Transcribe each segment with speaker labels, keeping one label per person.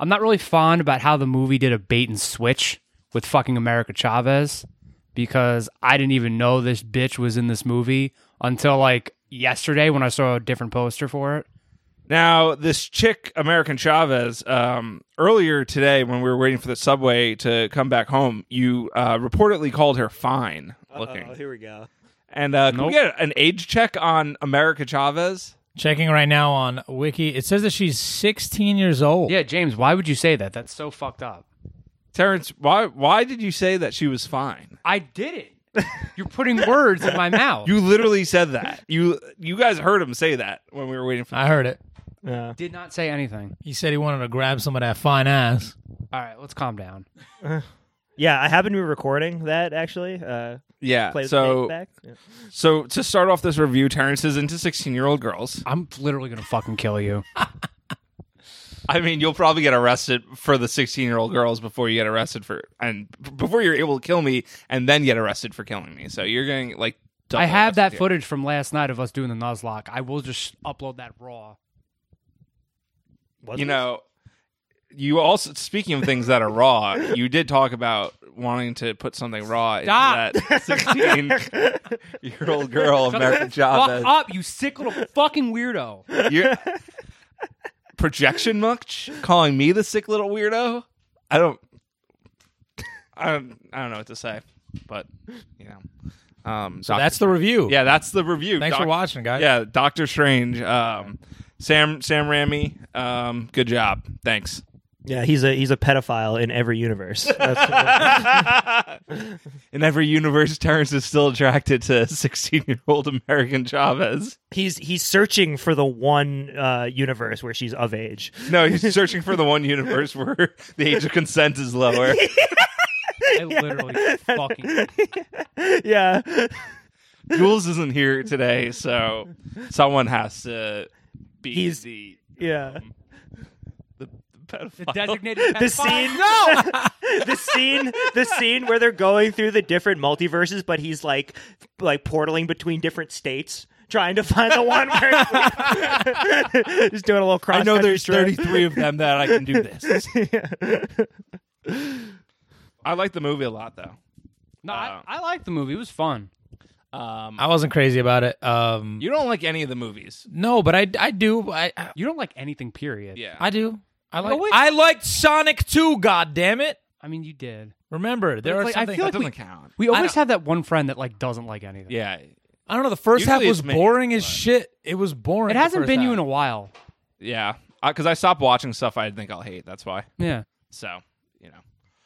Speaker 1: I'm not really fond about how the movie did a bait and switch with fucking America Chavez because I didn't even know this bitch was in this movie until like yesterday when I saw a different poster for it.
Speaker 2: Now, this chick, American Chavez, um, earlier today when we were waiting for the subway to come back home, you uh, reportedly called her fine looking.
Speaker 3: Oh, here we go.
Speaker 2: And uh, can we get an age check on America Chavez?
Speaker 4: Checking right now on Wiki. It says that she's 16 years old.
Speaker 1: Yeah, James, why would you say that? That's so fucked up.
Speaker 2: Terrence, why why did you say that she was fine?
Speaker 1: I didn't. You're putting words in my mouth.
Speaker 2: You literally said that. You you guys heard him say that when we were waiting for.
Speaker 3: Uh,
Speaker 4: I heard it.
Speaker 3: Yeah.
Speaker 1: did not say anything.
Speaker 4: He said he wanted to grab some of that fine ass.
Speaker 1: All right, let's calm down.
Speaker 3: Yeah, I happen to be recording that actually. Uh,
Speaker 2: Yeah.
Speaker 3: play the tape
Speaker 2: So
Speaker 3: back. Yeah.
Speaker 2: so to start off this review, Terrence is into sixteen year old girls.
Speaker 1: I'm literally gonna fucking kill you.
Speaker 2: I mean, you'll probably get arrested for the sixteen year old girls before you get arrested for and before you're able to kill me and then get arrested for killing me. So you're getting like. double
Speaker 1: I have that
Speaker 2: arrested here.
Speaker 1: footage from last night of us doing the Nuzlocke. I will just upload that raw.
Speaker 3: Was
Speaker 2: You
Speaker 3: it?
Speaker 2: know. You also speaking of things that are raw, you did talk about wanting to put something raw
Speaker 1: Stop.
Speaker 2: into that sixteen-year-old girl American
Speaker 1: Fuck
Speaker 2: Chavez.
Speaker 1: up, you sick little fucking weirdo.
Speaker 2: You're projection much calling me the sick little weirdo. I don't. I don't, I don't know what to say, but you know. Um, so
Speaker 4: That's the review.
Speaker 2: yeah, that's the review.
Speaker 4: Thanks for
Speaker 2: Doc-
Speaker 4: watching, guys.
Speaker 2: Yeah, Doctor Strange. Um, Sam Sam Raimi. Um, good job. Thanks.
Speaker 3: Yeah, he's a he's a pedophile in every universe. That's-
Speaker 2: In every universe, Terrence is still attracted to sixteen-year-old American Chavez.
Speaker 3: he's he's searching for the one uh, universe where she's of age.
Speaker 2: No, he's searching for the one universe where the age of consent is lower.
Speaker 1: I literally fucking.
Speaker 3: yeah.
Speaker 2: Jules isn't here today, so someone has to be
Speaker 3: He's-
Speaker 2: the
Speaker 3: Yeah.
Speaker 2: the, the
Speaker 1: The
Speaker 2: pedophile.
Speaker 1: designated
Speaker 3: The
Speaker 1: pedophile.
Speaker 3: scene
Speaker 1: No!
Speaker 3: the scene the scene where they're going through the different multiverses, but he's like like portaling between different states. Trying to find the one where he's doing a little cross.
Speaker 2: I know there's 33 of them that I can do this. I like the movie a lot, though.
Speaker 1: No,
Speaker 2: Oh.
Speaker 1: I, I liked the movie. It was fun.
Speaker 2: Um,
Speaker 4: I wasn't crazy about it. Um,
Speaker 2: you don't like any of the movies.
Speaker 4: no, but I, I do. I, I-
Speaker 1: You don't like anything, period.
Speaker 2: Yeah.
Speaker 4: I do. I like.
Speaker 1: wait.
Speaker 4: I liked Sonic 2. God damn it!
Speaker 1: I mean, you did.
Speaker 4: Remember, there
Speaker 1: it's
Speaker 4: are
Speaker 1: like, I
Speaker 4: something.
Speaker 1: feel like
Speaker 2: doesn't
Speaker 1: we-
Speaker 2: count.
Speaker 1: We always have that one friend that like doesn't like anything.
Speaker 2: Yeah.
Speaker 4: I don't know. The first half
Speaker 2: Usually
Speaker 4: was
Speaker 2: it's me,
Speaker 4: boring as shit. It was boring.
Speaker 1: It
Speaker 4: the
Speaker 1: hasn't
Speaker 4: first
Speaker 1: been
Speaker 4: half.
Speaker 1: you in a while.
Speaker 2: Yeah. Because I stopped watching stuff I think I'll hate. That's why.
Speaker 1: Yeah.
Speaker 2: So, you know.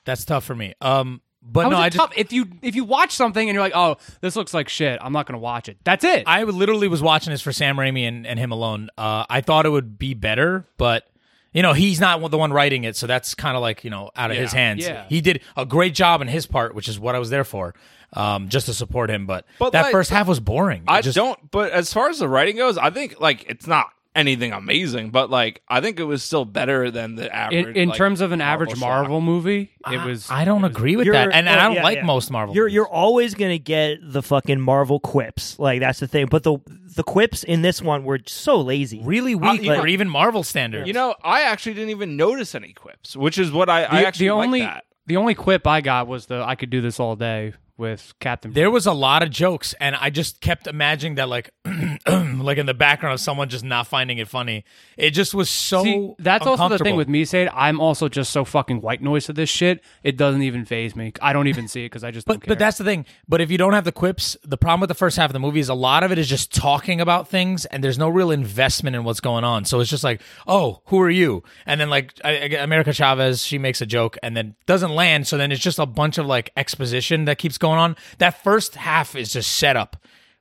Speaker 4: That's tough for me. Um, but
Speaker 1: How
Speaker 4: no,
Speaker 1: is it
Speaker 4: I just
Speaker 1: tough? if you if you watch something and you're like, oh, this looks like shit. I'm not gonna watch it. That's it.
Speaker 4: I literally was watching this for Sam Raimi and, and him alone. Uh, I thought it would be better, but you know he's not the one writing it, so that's kind of like you know out of his
Speaker 2: Yeah.
Speaker 4: hands.
Speaker 1: Yeah.
Speaker 4: He did a great job in his part, which is what I was there for, um, just to support him. But,
Speaker 2: But,
Speaker 4: that
Speaker 2: like,
Speaker 4: first half was boring. It
Speaker 2: I
Speaker 4: just,
Speaker 2: don't. But as far as the writing goes, I think like it's not anything amazing. But like I think it was still better than the average.
Speaker 1: in in
Speaker 2: like,
Speaker 1: terms of an
Speaker 2: Marvel
Speaker 1: average
Speaker 2: shock.
Speaker 1: Marvel movie,
Speaker 4: I-
Speaker 1: it was.
Speaker 4: I don't agree with that, and, and I don't like most Marvel.
Speaker 3: You're
Speaker 4: movies.
Speaker 3: you're always gonna get the fucking Marvel quips. Like that's the thing. But the the quips in this one were so lazy.
Speaker 4: really
Speaker 1: Uh,
Speaker 4: weak
Speaker 3: like-
Speaker 4: for even Marvel standards.
Speaker 2: You know, I actually didn't even notice any quips, which is what I,
Speaker 1: the,
Speaker 2: I actually
Speaker 1: the
Speaker 2: like
Speaker 1: only
Speaker 2: that.
Speaker 1: the only quip I got was the I could do this all day with Captain.
Speaker 4: there was a lot of jokes, and I just kept imagining that like like in the background of someone just not finding it funny. It just was so.
Speaker 1: See, that's also the thing
Speaker 4: uncomfortable.
Speaker 1: with me, Sade. I'm also just so fucking white noise to this shit. It doesn't even phase me. I don't even see it because I just
Speaker 4: But
Speaker 1: don't care.
Speaker 4: but that's the thing. But if you don't have the quips, the problem with the first half of the movie is a lot of it is just talking about things, and there's no real investment in what's going on. So it's just like, oh, who are you? And then like I, I- America Chavez, she makes a joke and then doesn't land. So then it's just a bunch of like exposition that keeps going on. That first half is just setup,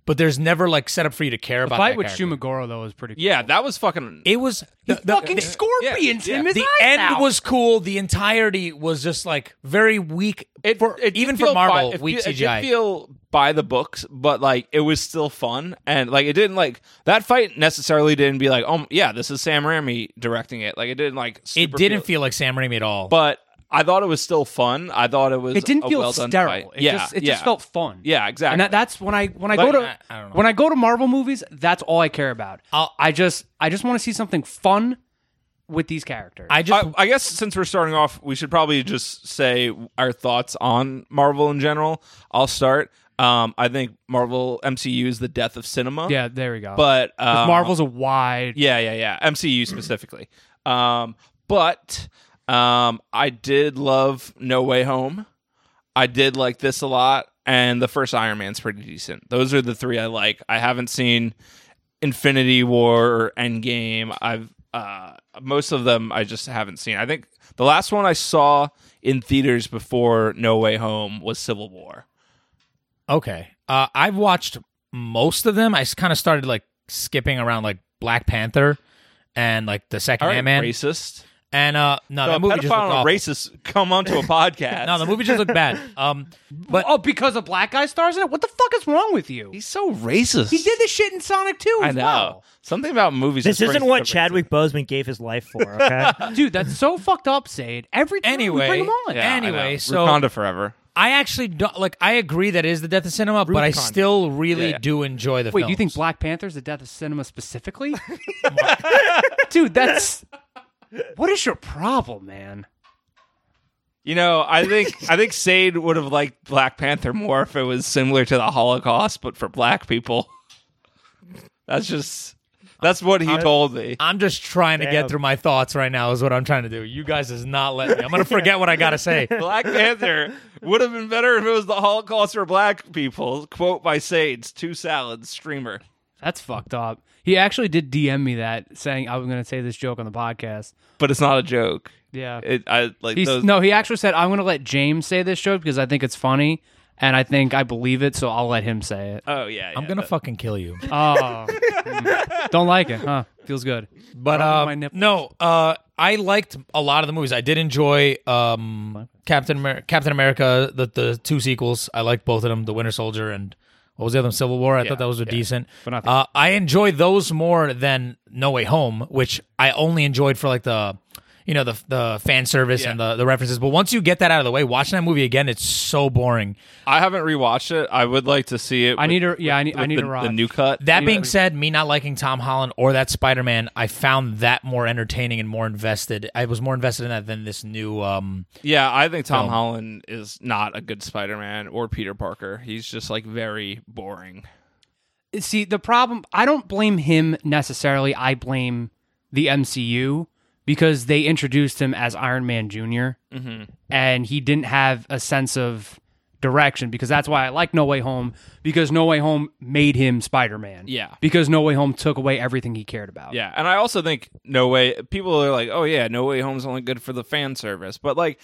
Speaker 4: but there's never like setup for you to care about.
Speaker 1: fight
Speaker 4: that
Speaker 1: with
Speaker 4: character.
Speaker 1: Shumagoro though is pretty.
Speaker 2: Yeah, that was fucking.
Speaker 4: It was the, the-
Speaker 1: fucking scorpions
Speaker 2: yeah.
Speaker 1: him.
Speaker 4: the end was cool. The entirety was just like very weak.
Speaker 2: It,
Speaker 4: for,
Speaker 2: it did
Speaker 4: even
Speaker 2: feel
Speaker 4: for Marvel,
Speaker 2: by, it
Speaker 4: weak
Speaker 2: feel-
Speaker 4: CGI.
Speaker 2: It did feel by the books, but like it was still fun, and like it didn't like that fight necessarily didn't be like, oh yeah, this is Sam Raimi directing it. Like it didn't like.
Speaker 4: it
Speaker 2: super
Speaker 4: didn't feel like Sam Raimi at all.
Speaker 2: but I thought it was still fun. I thought it was.
Speaker 1: It didn't
Speaker 2: a
Speaker 1: feel
Speaker 2: well-done
Speaker 1: sterile.
Speaker 2: fight.
Speaker 1: It
Speaker 2: yeah,
Speaker 1: just it
Speaker 2: yeah.
Speaker 1: just felt fun.
Speaker 2: Yeah, exactly.
Speaker 1: And that, that's when I when I
Speaker 2: Like,
Speaker 1: go to
Speaker 4: I- I don't know.
Speaker 1: when I go to Marvel movies, that's all I care about.
Speaker 4: I'll-
Speaker 1: I just I just want to see something fun with these characters.
Speaker 4: I just
Speaker 2: I, I guess since we're starting off, we should probably just say our thoughts on Marvel in general. I'll start. Um, I think Marvel MCU is the death of cinema.
Speaker 1: yeah, there we go.
Speaker 2: but um,
Speaker 1: Marvel's a wide.
Speaker 2: Yeah, yeah, yeah. MCU specifically. Um, but um, I did love No Way Home. I did like this a lot, and the first Iron Man's pretty decent. Those are the three I like. I haven't seen Infinity War or Endgame. I've uh, most of them I just haven't seen. I think the last one I saw in theaters before No Way Home was Civil War.
Speaker 4: Okay. Uh, I've watched most of them. I kind of started like skipping around like Black Panther and like the second
Speaker 2: All right,
Speaker 4: Ant Man.
Speaker 2: racist.
Speaker 4: And uh, no,
Speaker 2: So a
Speaker 4: that movie just looked
Speaker 2: pedophile and
Speaker 4: awful.
Speaker 2: a racist come onto a podcast.
Speaker 4: No, the movie just looked bad. Um, but
Speaker 1: oh, because a black guy stars in it. What the fuck is wrong with you?
Speaker 2: He's so racist.
Speaker 1: He did this shit in Sonic 2
Speaker 2: I
Speaker 1: as
Speaker 2: know.
Speaker 1: well.
Speaker 2: Something about movies.
Speaker 3: This
Speaker 2: just
Speaker 3: isn't
Speaker 2: brings
Speaker 3: what
Speaker 2: different-
Speaker 3: Chadwick Boseman gave his life for. Okay,
Speaker 1: Dude, that's so fucked up, Zayd. Every time we
Speaker 4: anyway,
Speaker 1: bring him on.
Speaker 2: Yeah, I know.
Speaker 4: anyway, so
Speaker 2: Wakanda forever.
Speaker 4: I actually don't, like. I agree that it is the death of cinema, but I
Speaker 1: Rubicon.
Speaker 4: still really
Speaker 2: Yeah, yeah.
Speaker 4: do enjoy the.
Speaker 1: Wait, do you think
Speaker 4: films.
Speaker 1: Black Panther's the death of cinema specifically? Dude, that's what is your problem, man?
Speaker 2: You know, I think I think Sade would have liked Black Panther more if it was similar to the Holocaust, but for black people. That's just that's what he told me.
Speaker 4: I'm just trying to
Speaker 3: Damn.
Speaker 4: get through my thoughts right now. Is what I'm trying to do. You guys is not letting me. I'm gonna forget what I gotta say.
Speaker 2: Black Panther would have been better if it was the Holocaust for black people. Quote by Sade's two salads streamer.
Speaker 1: That's fucked up. He actually did DM me that saying I was going to say this joke on the podcast.
Speaker 2: But it's not a joke.
Speaker 1: Yeah.
Speaker 2: It, I like
Speaker 1: He's,
Speaker 2: those.
Speaker 1: no, he actually said I'm going to let James say this joke because I think it's funny and I think I believe it, so I'll let him say it.
Speaker 2: Oh yeah,
Speaker 4: I'm
Speaker 2: yeah,
Speaker 4: gonna
Speaker 2: that-
Speaker 4: fucking kill you.
Speaker 1: Oh. Mm. Don't like it, huh? Feels good.
Speaker 4: But
Speaker 1: Rubbing
Speaker 4: um,
Speaker 1: my nipples.
Speaker 4: no, uh, I liked a lot of the movies. I did enjoy um, Captain Amer- Captain America, the the two sequels. I liked both of them, The Winter Soldier and what was the other one, Civil War. I thought those were decent.
Speaker 1: But not the-
Speaker 4: uh, I enjoyed those more than No Way Home, which I only enjoyed for like the you know the the fan service and the, the references. But once you get that out of the way, watching that movie again, it's so boring.
Speaker 2: I haven't rewatched it. I would like to see it.
Speaker 1: I
Speaker 2: with-
Speaker 1: need a yeah, I need I
Speaker 2: with
Speaker 1: need
Speaker 2: the,
Speaker 1: a rod.
Speaker 2: the new cut.
Speaker 4: That being said, me not liking Tom Holland or that Spider Man, I found that more entertaining and more invested. I was more invested in that than this new. Um,
Speaker 2: Yeah, I think Tom
Speaker 4: No.
Speaker 2: Holland is not a good Spider-Man or Peter Parker. He's just like very boring.
Speaker 1: see the problem i don't blame him necessarily i blame the mcu because they introduced him as iron man junior and he didn't have a sense of direction because that's why i like no way home because no way home made him spider-man
Speaker 2: Yeah.
Speaker 1: because no way home took away everything he cared about
Speaker 2: Yeah, and I also think No Way people are like, "Oh yeah, No Way Home's only good for the fan service." But like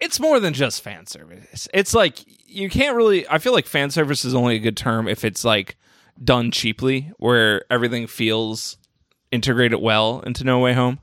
Speaker 2: it's more than just fan service. It's like you can't really I feel like fan service is only a good term if it's like done cheaply where everything feels integrated well into No Way Home.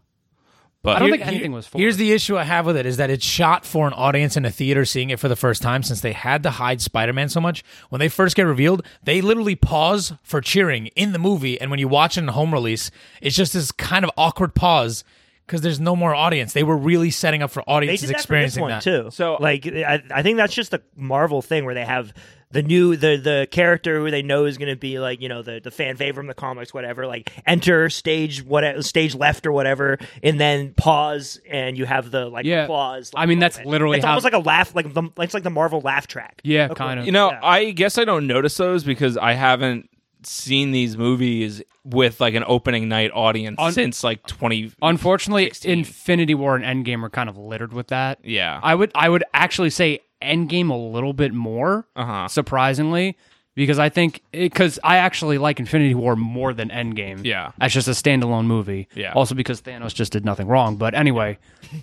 Speaker 2: But
Speaker 1: i don't think anything was for
Speaker 4: here's the issue I have with it is that it's shot for an audience in a theater seeing it for the first time since they had to hide Spider Man so much. When they first get revealed, they literally pause for cheering in the movie, and when you watch it in home release, it's just this kind of awkward pause because there's no more audience. They were really setting up for
Speaker 3: they
Speaker 4: audiences
Speaker 3: did that for this
Speaker 4: experiencing
Speaker 3: one
Speaker 4: that.
Speaker 3: too.
Speaker 2: So-
Speaker 3: like, I, I think that's just the Marvel thing where they have the new the the character who they know is going to be like you know the the fan favorite from the comics, whatever. Like enter stage what stage left or whatever, and then pause, and you have the like
Speaker 1: Yeah.
Speaker 3: applause.
Speaker 1: I mean, that's
Speaker 3: moment.
Speaker 1: literally
Speaker 3: it's
Speaker 1: how-
Speaker 3: almost like a laugh, like the, it's like the Marvel laugh track.
Speaker 1: yeah kind of
Speaker 2: You know,
Speaker 3: Yeah.
Speaker 2: I guess I don't notice those because I haven't seen these movies with like an opening night audience since like 20
Speaker 1: unfortunately infinity war and endgame are kind of littered with that
Speaker 2: yeah.
Speaker 1: I would I would actually say Endgame a little bit more,
Speaker 2: Uh-huh.
Speaker 1: surprisingly, because I think because I actually like Infinity War more than Endgame.
Speaker 2: Yeah.
Speaker 1: that's just a standalone movie.
Speaker 2: Yeah.
Speaker 1: also because Thanos just did nothing wrong. But anyway,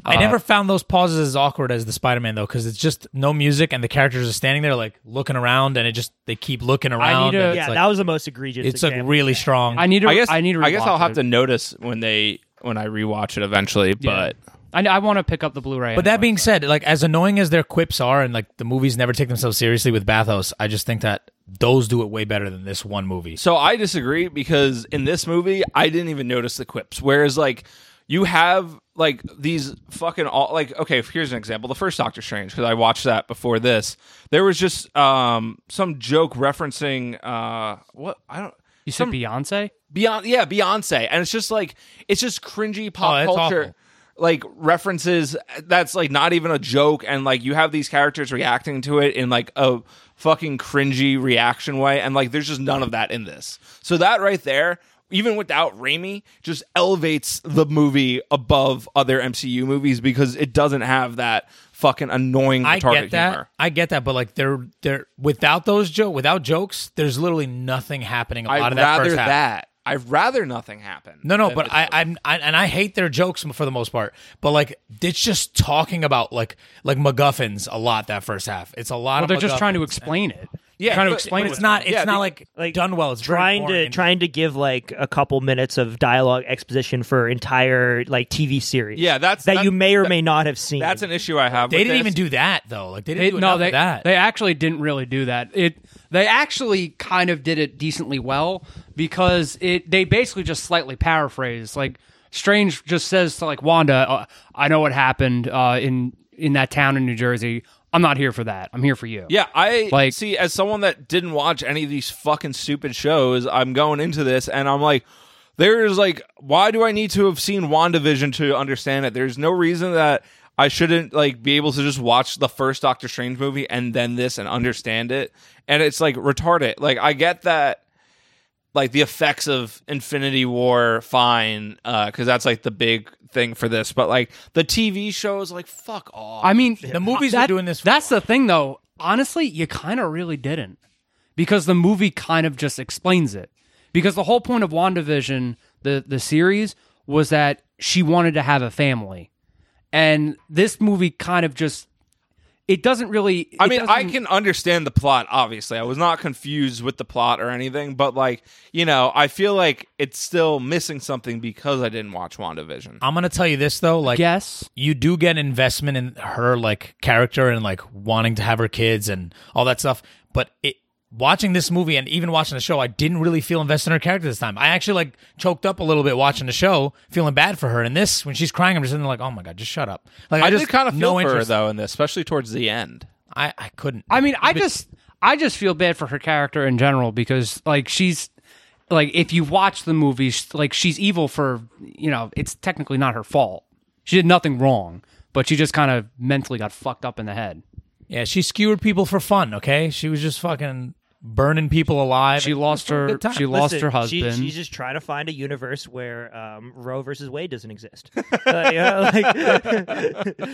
Speaker 1: Uh,
Speaker 4: I never found those pauses as awkward as the Spider Man though, because it's just no music and the characters are standing there like looking around, and it just they keep looking around.
Speaker 1: need to-
Speaker 4: and it's
Speaker 3: Yeah,
Speaker 4: like,
Speaker 3: that was the most egregious.
Speaker 4: it's like
Speaker 3: example.
Speaker 4: really strong.
Speaker 1: I need to.
Speaker 2: I guess I,
Speaker 1: need to.
Speaker 2: guess
Speaker 1: rewatch
Speaker 2: I'll have
Speaker 1: it.
Speaker 2: to notice when they when I rewatch it eventually, but
Speaker 1: I, I want to pick up the Blu-ray.
Speaker 4: but that being said, like as annoying as their quips are, and like the movies never take themselves seriously with Bathos, I just think that those do it way better than this one movie.
Speaker 2: so I disagree because in this movie I didn't even notice the quips. Whereas like you have like these fucking all like okay, here's an example. The first Doctor Strange because I watched that before this. There was just um some joke referencing uh what I don't
Speaker 1: you said Beyonce.
Speaker 2: Beyond, yeah, Beyonce, and it's just like it's just cringy pop
Speaker 4: Oh, it's
Speaker 2: culture.
Speaker 4: awful.
Speaker 2: Like references that's like not even a joke, and like you have these characters reacting to it in like a fucking cringy reaction way, and like there's just none of that in this. So that right there, even without Raimi, just elevates the movie above other MCU movies because it doesn't have that fucking annoying
Speaker 4: I
Speaker 2: retarded
Speaker 4: get that.
Speaker 2: humor.
Speaker 4: I get that, but like they're they're without those joke without jokes, there's literally nothing happening. A lot
Speaker 2: I'd
Speaker 4: of that
Speaker 2: rather
Speaker 4: first half.
Speaker 2: that. I'd rather nothing happen.
Speaker 4: No, no,
Speaker 2: than
Speaker 4: but
Speaker 2: this
Speaker 4: I,
Speaker 2: movie.
Speaker 4: I'm I, and I hate their jokes for the most part. But like it's just talking about like like MacGuffins a lot that first half. It's a lot
Speaker 1: Well,
Speaker 4: of
Speaker 1: they're just
Speaker 4: MacGuffins.
Speaker 1: trying to explain it.
Speaker 2: Oh Yeah,
Speaker 1: trying to
Speaker 2: but-
Speaker 1: explain
Speaker 4: But
Speaker 1: it.
Speaker 4: it's not. It's
Speaker 2: Yeah,
Speaker 4: not
Speaker 2: the-
Speaker 4: like,
Speaker 3: like
Speaker 4: done well. It's very
Speaker 3: trying to
Speaker 4: boring.
Speaker 3: trying to give like a couple minutes of dialogue exposition for entire like TV series.
Speaker 2: Yeah, that's-
Speaker 3: that
Speaker 2: that-
Speaker 3: you may or may not have seen.
Speaker 2: That's an issue I have.
Speaker 4: They
Speaker 2: with
Speaker 4: didn't
Speaker 2: this.
Speaker 4: even do that though. Like they didn't
Speaker 1: They,
Speaker 4: do
Speaker 1: no,
Speaker 4: enough
Speaker 1: they
Speaker 4: of that.
Speaker 1: they actually didn't really do that. It they actually kind of did it decently well because it they basically just slightly paraphrase. Like Strange just says to like Wanda, uh, "I know what happened uh, in in that town in New Jersey. I'm not here for that. I'm here for you."
Speaker 2: Yeah, I
Speaker 1: Like-
Speaker 2: like see as someone that didn't watch any of these fucking stupid shows, I'm going into this and I'm like there's like why do I need to have seen WandaVision to understand it? There's no reason that I shouldn't like be able to just watch the first Doctor Strange movie and then this and understand it. And it's like retarded. Like I get that like the effects of Infinity War fine because that's like the big thing for this. But like the TV shows, like fuck off.
Speaker 1: I mean,
Speaker 4: The movies
Speaker 1: that-
Speaker 4: are doing this for
Speaker 1: That's the thing, though. Honestly, you kind of really didn't because the movie kind of just explains it. Because the whole point of WandaVision, the the series, was that she wanted to have a family, and this movie kind of just it doesn't really.
Speaker 2: I
Speaker 1: it
Speaker 2: mean, I
Speaker 1: doesn't-
Speaker 2: can understand the plot. Obviously, I was not confused with the plot or anything, but like you know, I feel like it's still missing something because I didn't watch WandaVision.
Speaker 4: I'm gonna tell you this though. Like
Speaker 1: guess.
Speaker 4: you do get an investment in her like character and like wanting to have her kids and all that stuff. But it watching this movie and even watching the show, I didn't really feel invested in her character this time. I actually like choked up a little bit watching the show, feeling bad for her. And this, when she's crying, I'm just sitting there like, oh my god, just shut up. Like
Speaker 2: I,
Speaker 4: just
Speaker 2: did kind of feel
Speaker 4: no
Speaker 2: for
Speaker 4: interest.
Speaker 2: her though in this, especially towards the end.
Speaker 4: I I couldn't.
Speaker 1: I mean, I just I just feel bad for her character in general because like she's like if you watch the movies, like she's evil for you know it's technically not her fault. She did nothing wrong, but she just kind of mentally got fucked up in the head.
Speaker 4: yeah, she skewered people for fun. Okay, she was just fucking burning people alive.
Speaker 1: She lost
Speaker 4: for a
Speaker 1: her
Speaker 4: good time.
Speaker 1: she lost
Speaker 3: Listen,
Speaker 1: her
Speaker 3: she-
Speaker 1: husband.
Speaker 3: she's just trying to find a universe where um, Roe versus Wade doesn't exist. Like, uh, like-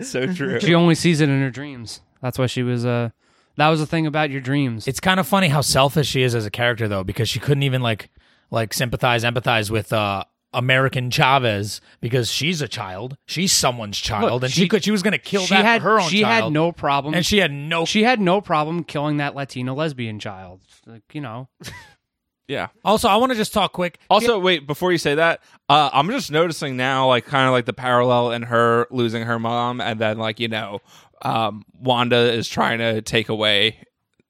Speaker 2: So true.
Speaker 1: she only sees it in her dreams. That's why she was uh that was the thing about your dreams.
Speaker 4: It's kind of funny how selfish she is as a character though, because she couldn't even like like sympathize, empathize with uh American Chavez because she's a child. She's someone's child, and she,
Speaker 1: she-
Speaker 4: could she was gonna kill
Speaker 1: she
Speaker 4: that
Speaker 1: had
Speaker 4: her own
Speaker 1: she
Speaker 4: child.
Speaker 1: had no problem
Speaker 4: and she had no
Speaker 1: she had no problem killing that Latina lesbian child. Like, you know.
Speaker 2: yeah.
Speaker 4: also I wanna just talk quick.
Speaker 2: Also, wait before you say that, uh, I'm just noticing now, like kind of like the parallel in her losing her mom, and then like you know, um, Wanda is trying to take away,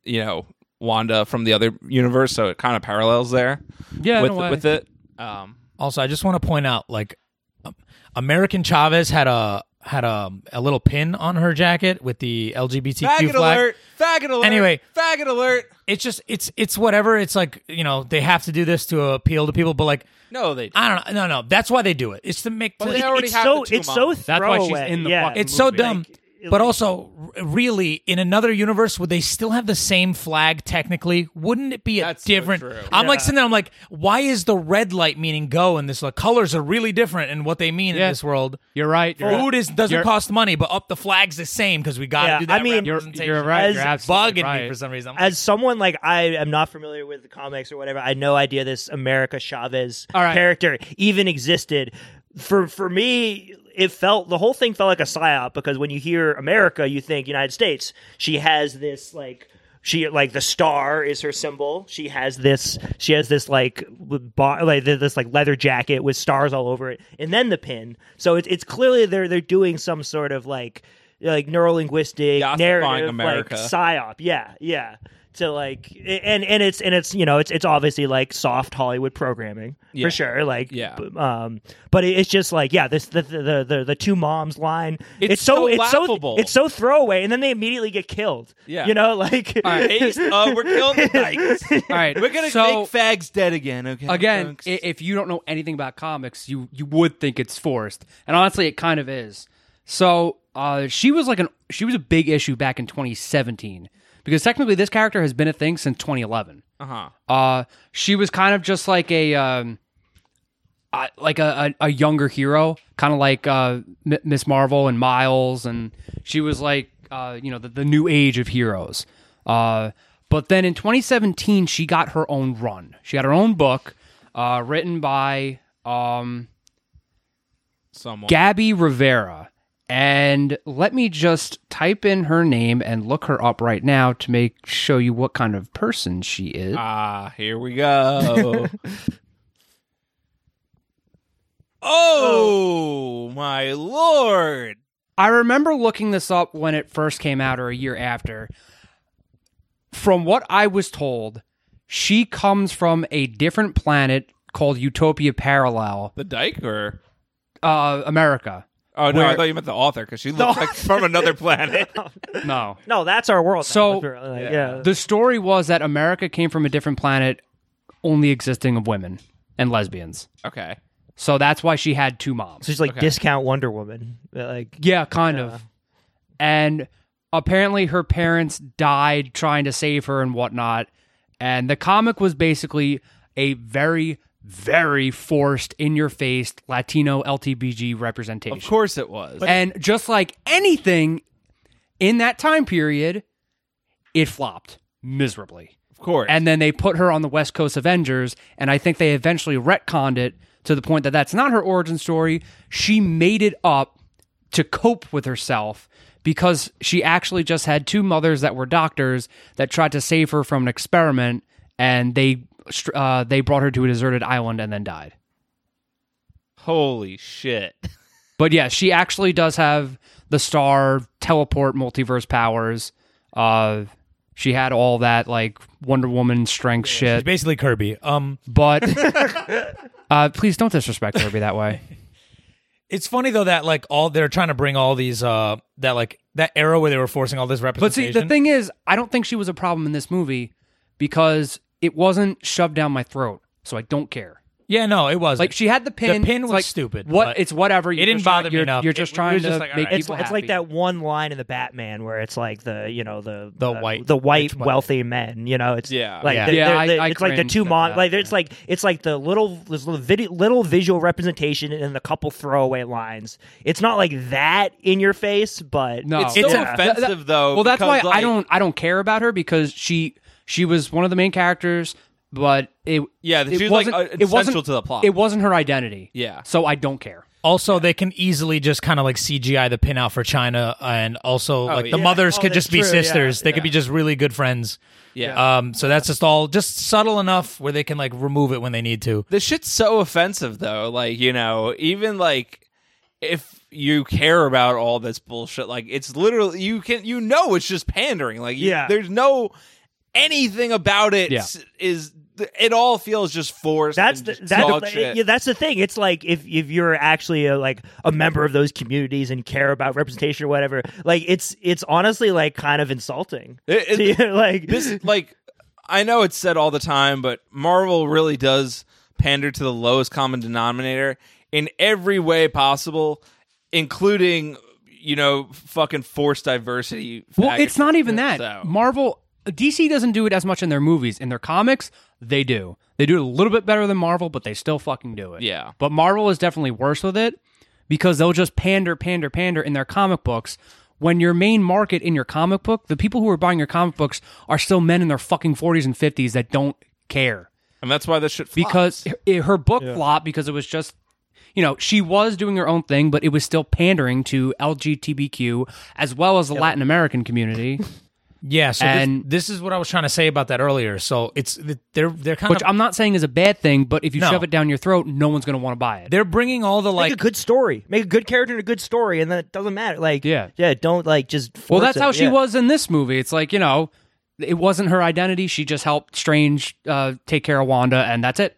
Speaker 2: you know, Wanda from the other universe. So it kind of parallels there.
Speaker 1: Yeah, in
Speaker 2: with
Speaker 1: a way.
Speaker 2: with it. Um,
Speaker 4: Also, I just want to point out like um, American Chavez had a had a, a little pin on her jacket with the LGBTQ
Speaker 2: Faggot
Speaker 4: flag.
Speaker 2: alert! Faggot alert!
Speaker 4: Anyway.
Speaker 2: faggot alert!
Speaker 4: It's just it's it's whatever. It's like, you know, they have to do this to appeal to people, but like
Speaker 2: No, they.
Speaker 4: I don't know. No, no. That's why they do it. It's to make
Speaker 2: But
Speaker 4: to-
Speaker 2: they already
Speaker 3: it's
Speaker 2: have
Speaker 3: so
Speaker 2: the two
Speaker 3: it's so
Speaker 2: moms.
Speaker 3: throwaway.
Speaker 1: That's why she's in the
Speaker 3: yeah.
Speaker 1: fucking
Speaker 4: it's so
Speaker 1: movie.
Speaker 4: dumb.
Speaker 3: it-
Speaker 4: but also, r- really, in another universe, would they still have the same flag? Technically, wouldn't it be a
Speaker 2: That's so
Speaker 4: different?
Speaker 2: true.
Speaker 4: I'm like
Speaker 3: Yeah.
Speaker 4: sitting there. I'm like, why is the red light meaning go? And this like colors are really different in what they mean in
Speaker 1: Yeah.
Speaker 4: this world.
Speaker 1: You're right. You're
Speaker 4: Food is doesn't
Speaker 1: you're-
Speaker 4: cost money, but up the flag's the same because we got to
Speaker 3: Yeah,
Speaker 4: do that.
Speaker 3: I mean-
Speaker 1: You're,
Speaker 4: representation.
Speaker 1: you're right.
Speaker 3: As
Speaker 1: you're
Speaker 4: It's
Speaker 1: absolutely
Speaker 4: bugging
Speaker 1: right.
Speaker 4: me for some reason. I'm like,
Speaker 3: as someone like I am not familiar with the comics or whatever, I had no idea this America Chavez
Speaker 1: All right.
Speaker 3: character even existed. For for me, it felt the whole thing felt like a psyop because when you hear America, you think United States. She has this like she like the star is her symbol. She has this she has this like with bar, like th- this like leather jacket with stars all over it, and then the pin. So it's it's clearly they're they're doing some sort of like like neuro linguistic
Speaker 2: Gamifying
Speaker 3: narrative
Speaker 2: America.
Speaker 3: like psyop. Yeah, yeah. to like and and it's and it's you know it's it's obviously like soft Hollywood programming
Speaker 2: Yeah.
Speaker 3: for sure like
Speaker 2: Yeah.
Speaker 3: b- um but it- it's just like yeah this the the the, the, the two moms line
Speaker 2: It's so
Speaker 3: it's
Speaker 2: laughable.
Speaker 3: so it's so throwaway and then they immediately get killed
Speaker 2: Yeah.
Speaker 3: you know like
Speaker 2: Ace, oh, we're killing the dykes.
Speaker 1: All right,
Speaker 2: We're gonna
Speaker 1: so,
Speaker 2: make fags dead again. Okay.
Speaker 1: again,
Speaker 2: folks?
Speaker 1: i- if you don't know anything about comics, you you would think it's forced, and honestly, it kind of is. So uh, she was like an she was a big issue back in 2017 because technically this character has been a thing since 2011.
Speaker 2: uh-huh.
Speaker 1: Uh, she was kind of just like a um, uh, like a, a, a younger hero, kind of like uh, M- Miss Marvel and Miles, and she was like uh, you know the, the new age of heroes. Uh, but then in 2017, she got her own run. She had her own book uh, written by um,
Speaker 2: Someone.
Speaker 1: Gabby Rivera. And let me just type in her name and look her up right now to make show you what kind of person she is.
Speaker 2: ah, here we go. oh my lord!
Speaker 1: I remember looking this up when it first came out or a year after. From what I was told, she comes from a different planet called Utopia Parallel,
Speaker 2: The dyke or
Speaker 1: uh, America.
Speaker 2: oh no, I
Speaker 1: Where-
Speaker 2: thought you meant the author because she looks like from another planet.
Speaker 1: No.
Speaker 3: no that's our world now,
Speaker 1: So-
Speaker 3: apparently, like, yeah.
Speaker 1: The story was that America came from a different planet only existing of women and lesbians.
Speaker 2: okay.
Speaker 1: So that's why she had two moms.
Speaker 3: so she's like discount Wonder Woman like
Speaker 1: Yeah, kind of. And apparently her parents died trying to save her and whatnot. And the comic was basically a very, very forced, in your face Latino LTBG representation.
Speaker 2: Of course it was.
Speaker 1: And just like anything in that time period, it flopped miserably.
Speaker 2: of course.
Speaker 1: And then they put her on the West Coast Avengers, and I think they eventually retconned it to the point that that's not her origin story. She made it up to cope with herself because she actually just had two mothers that were doctors that tried to save her from an experiment, and they str- uh, they brought her to a deserted island and then died.
Speaker 2: holy shit.
Speaker 1: But yeah, she actually does have the star teleport multiverse powers. Uh, she had all that like Wonder Woman strength shit.
Speaker 4: It's basically Kirby. Um,
Speaker 1: but uh, please don't disrespect Kirby that way.
Speaker 4: it's funny though that like all they're trying to bring all these uh that like that era where they were forcing all this
Speaker 1: But
Speaker 4: representation.
Speaker 1: see, the thing is, I don't think she was a problem in this movie because it wasn't shoved down my throat, so I don't care.
Speaker 4: yeah, no, it was
Speaker 1: Like she had the pin.
Speaker 4: The pin
Speaker 1: it's
Speaker 4: was
Speaker 1: like,
Speaker 4: stupid,
Speaker 1: What
Speaker 4: but
Speaker 1: it's whatever. You're
Speaker 4: didn't
Speaker 1: just trying-
Speaker 4: bother me
Speaker 1: you're,
Speaker 4: enough.
Speaker 1: You're
Speaker 4: It-
Speaker 1: just
Speaker 4: it
Speaker 1: trying
Speaker 4: was
Speaker 1: to
Speaker 4: just like, all
Speaker 1: make
Speaker 4: right.
Speaker 3: it's,
Speaker 1: people
Speaker 3: it's like
Speaker 1: happy.
Speaker 3: that one line in the Batman where it's like the you know the uh,
Speaker 4: The white-
Speaker 3: the white
Speaker 4: rich white.
Speaker 3: wealthy men you know it's
Speaker 2: Yeah.
Speaker 3: like
Speaker 4: Yeah.
Speaker 3: the-
Speaker 1: Yeah,
Speaker 3: they're-
Speaker 1: I-
Speaker 3: they're-
Speaker 1: I
Speaker 3: it's like the
Speaker 1: cringed
Speaker 3: two
Speaker 1: at
Speaker 3: mom
Speaker 1: that,
Speaker 3: like it's like it's like the little this little video little visual representation and the couple throwaway lines it's not like that in your face but
Speaker 1: No,
Speaker 2: It's so
Speaker 1: Yeah.
Speaker 2: offensive
Speaker 1: Th- th-
Speaker 2: though.
Speaker 1: Well, that's why
Speaker 2: because,
Speaker 1: I
Speaker 2: like-
Speaker 1: don't I don't care about her because she she was one of the main characters, but it
Speaker 2: Yeah, that
Speaker 1: it
Speaker 2: she was, like,
Speaker 1: wasn't
Speaker 2: uh,
Speaker 1: it wasn't
Speaker 2: essential to the plot.
Speaker 1: It wasn't her identity.
Speaker 2: Yeah.
Speaker 1: so I don't care.
Speaker 4: Also, they can easily just kind of like CGI the pin out for China, and also like the
Speaker 2: yeah.
Speaker 4: mothers
Speaker 3: Oh,
Speaker 4: could
Speaker 3: that's
Speaker 4: just be
Speaker 3: true, yeah,
Speaker 4: sisters. they could be just really good friends.
Speaker 2: Yeah.
Speaker 4: Um. So that's just all just subtle enough where they can like remove it when they need to.
Speaker 2: The shit's so offensive though. Like, you know, even like if you care about all this bullshit, like it's literally you can you know it's just pandering. Like you-
Speaker 3: Yeah.
Speaker 2: there's no anything about it
Speaker 1: Yeah.
Speaker 2: s- is it all feels just forced.
Speaker 3: that's
Speaker 2: and
Speaker 3: the,
Speaker 2: just
Speaker 3: that's,
Speaker 2: dog
Speaker 3: the,
Speaker 2: shit.
Speaker 3: yeah, that's the thing. It's like if, if you're actually a, like a member of those communities and care about representation or whatever, like it's it's honestly like kind of insulting.
Speaker 2: It- it-
Speaker 3: to you, like
Speaker 2: this like I know it's said all the time, but Marvel really does pander to the lowest common denominator in every way possible, including you know fucking forced diversity.
Speaker 1: Well, it's not even that.
Speaker 2: So-
Speaker 1: Marvel, DC doesn't do it as much in their movies. In their comics, they do. They do it a little bit better than Marvel, but they still fucking do it.
Speaker 2: Yeah.
Speaker 1: But Marvel is definitely worse with it because they'll just pander, pander, pander in their comic books. When your main market in your comic book, the people who are buying your comic books are still men in their fucking 40s and 50s that don't care
Speaker 2: and that's why this shit flops.
Speaker 1: because her, her book flopped because it was just you know she was doing her own thing but it was still pandering to lgbtq as well as the latin american community
Speaker 4: Yeah. So
Speaker 1: And-
Speaker 4: this, this is what I was trying to say about that earlier. So it's they're they're kind
Speaker 1: which
Speaker 4: of
Speaker 1: i'm not saying is a bad thing but if you
Speaker 4: No.
Speaker 1: shove it down your throat no one's going to want to buy it
Speaker 4: they're bringing all the
Speaker 3: make
Speaker 4: like
Speaker 3: a good story, make a good character and a good story, and then it doesn't matter. Like
Speaker 1: Yeah.
Speaker 3: yeah, don't like just.
Speaker 1: well
Speaker 3: force
Speaker 1: that's
Speaker 3: it,
Speaker 1: how she
Speaker 3: yeah.
Speaker 1: was in this movie it's like you know it wasn't her identity. She just helped Strange uh, take care of Wanda, and that's it.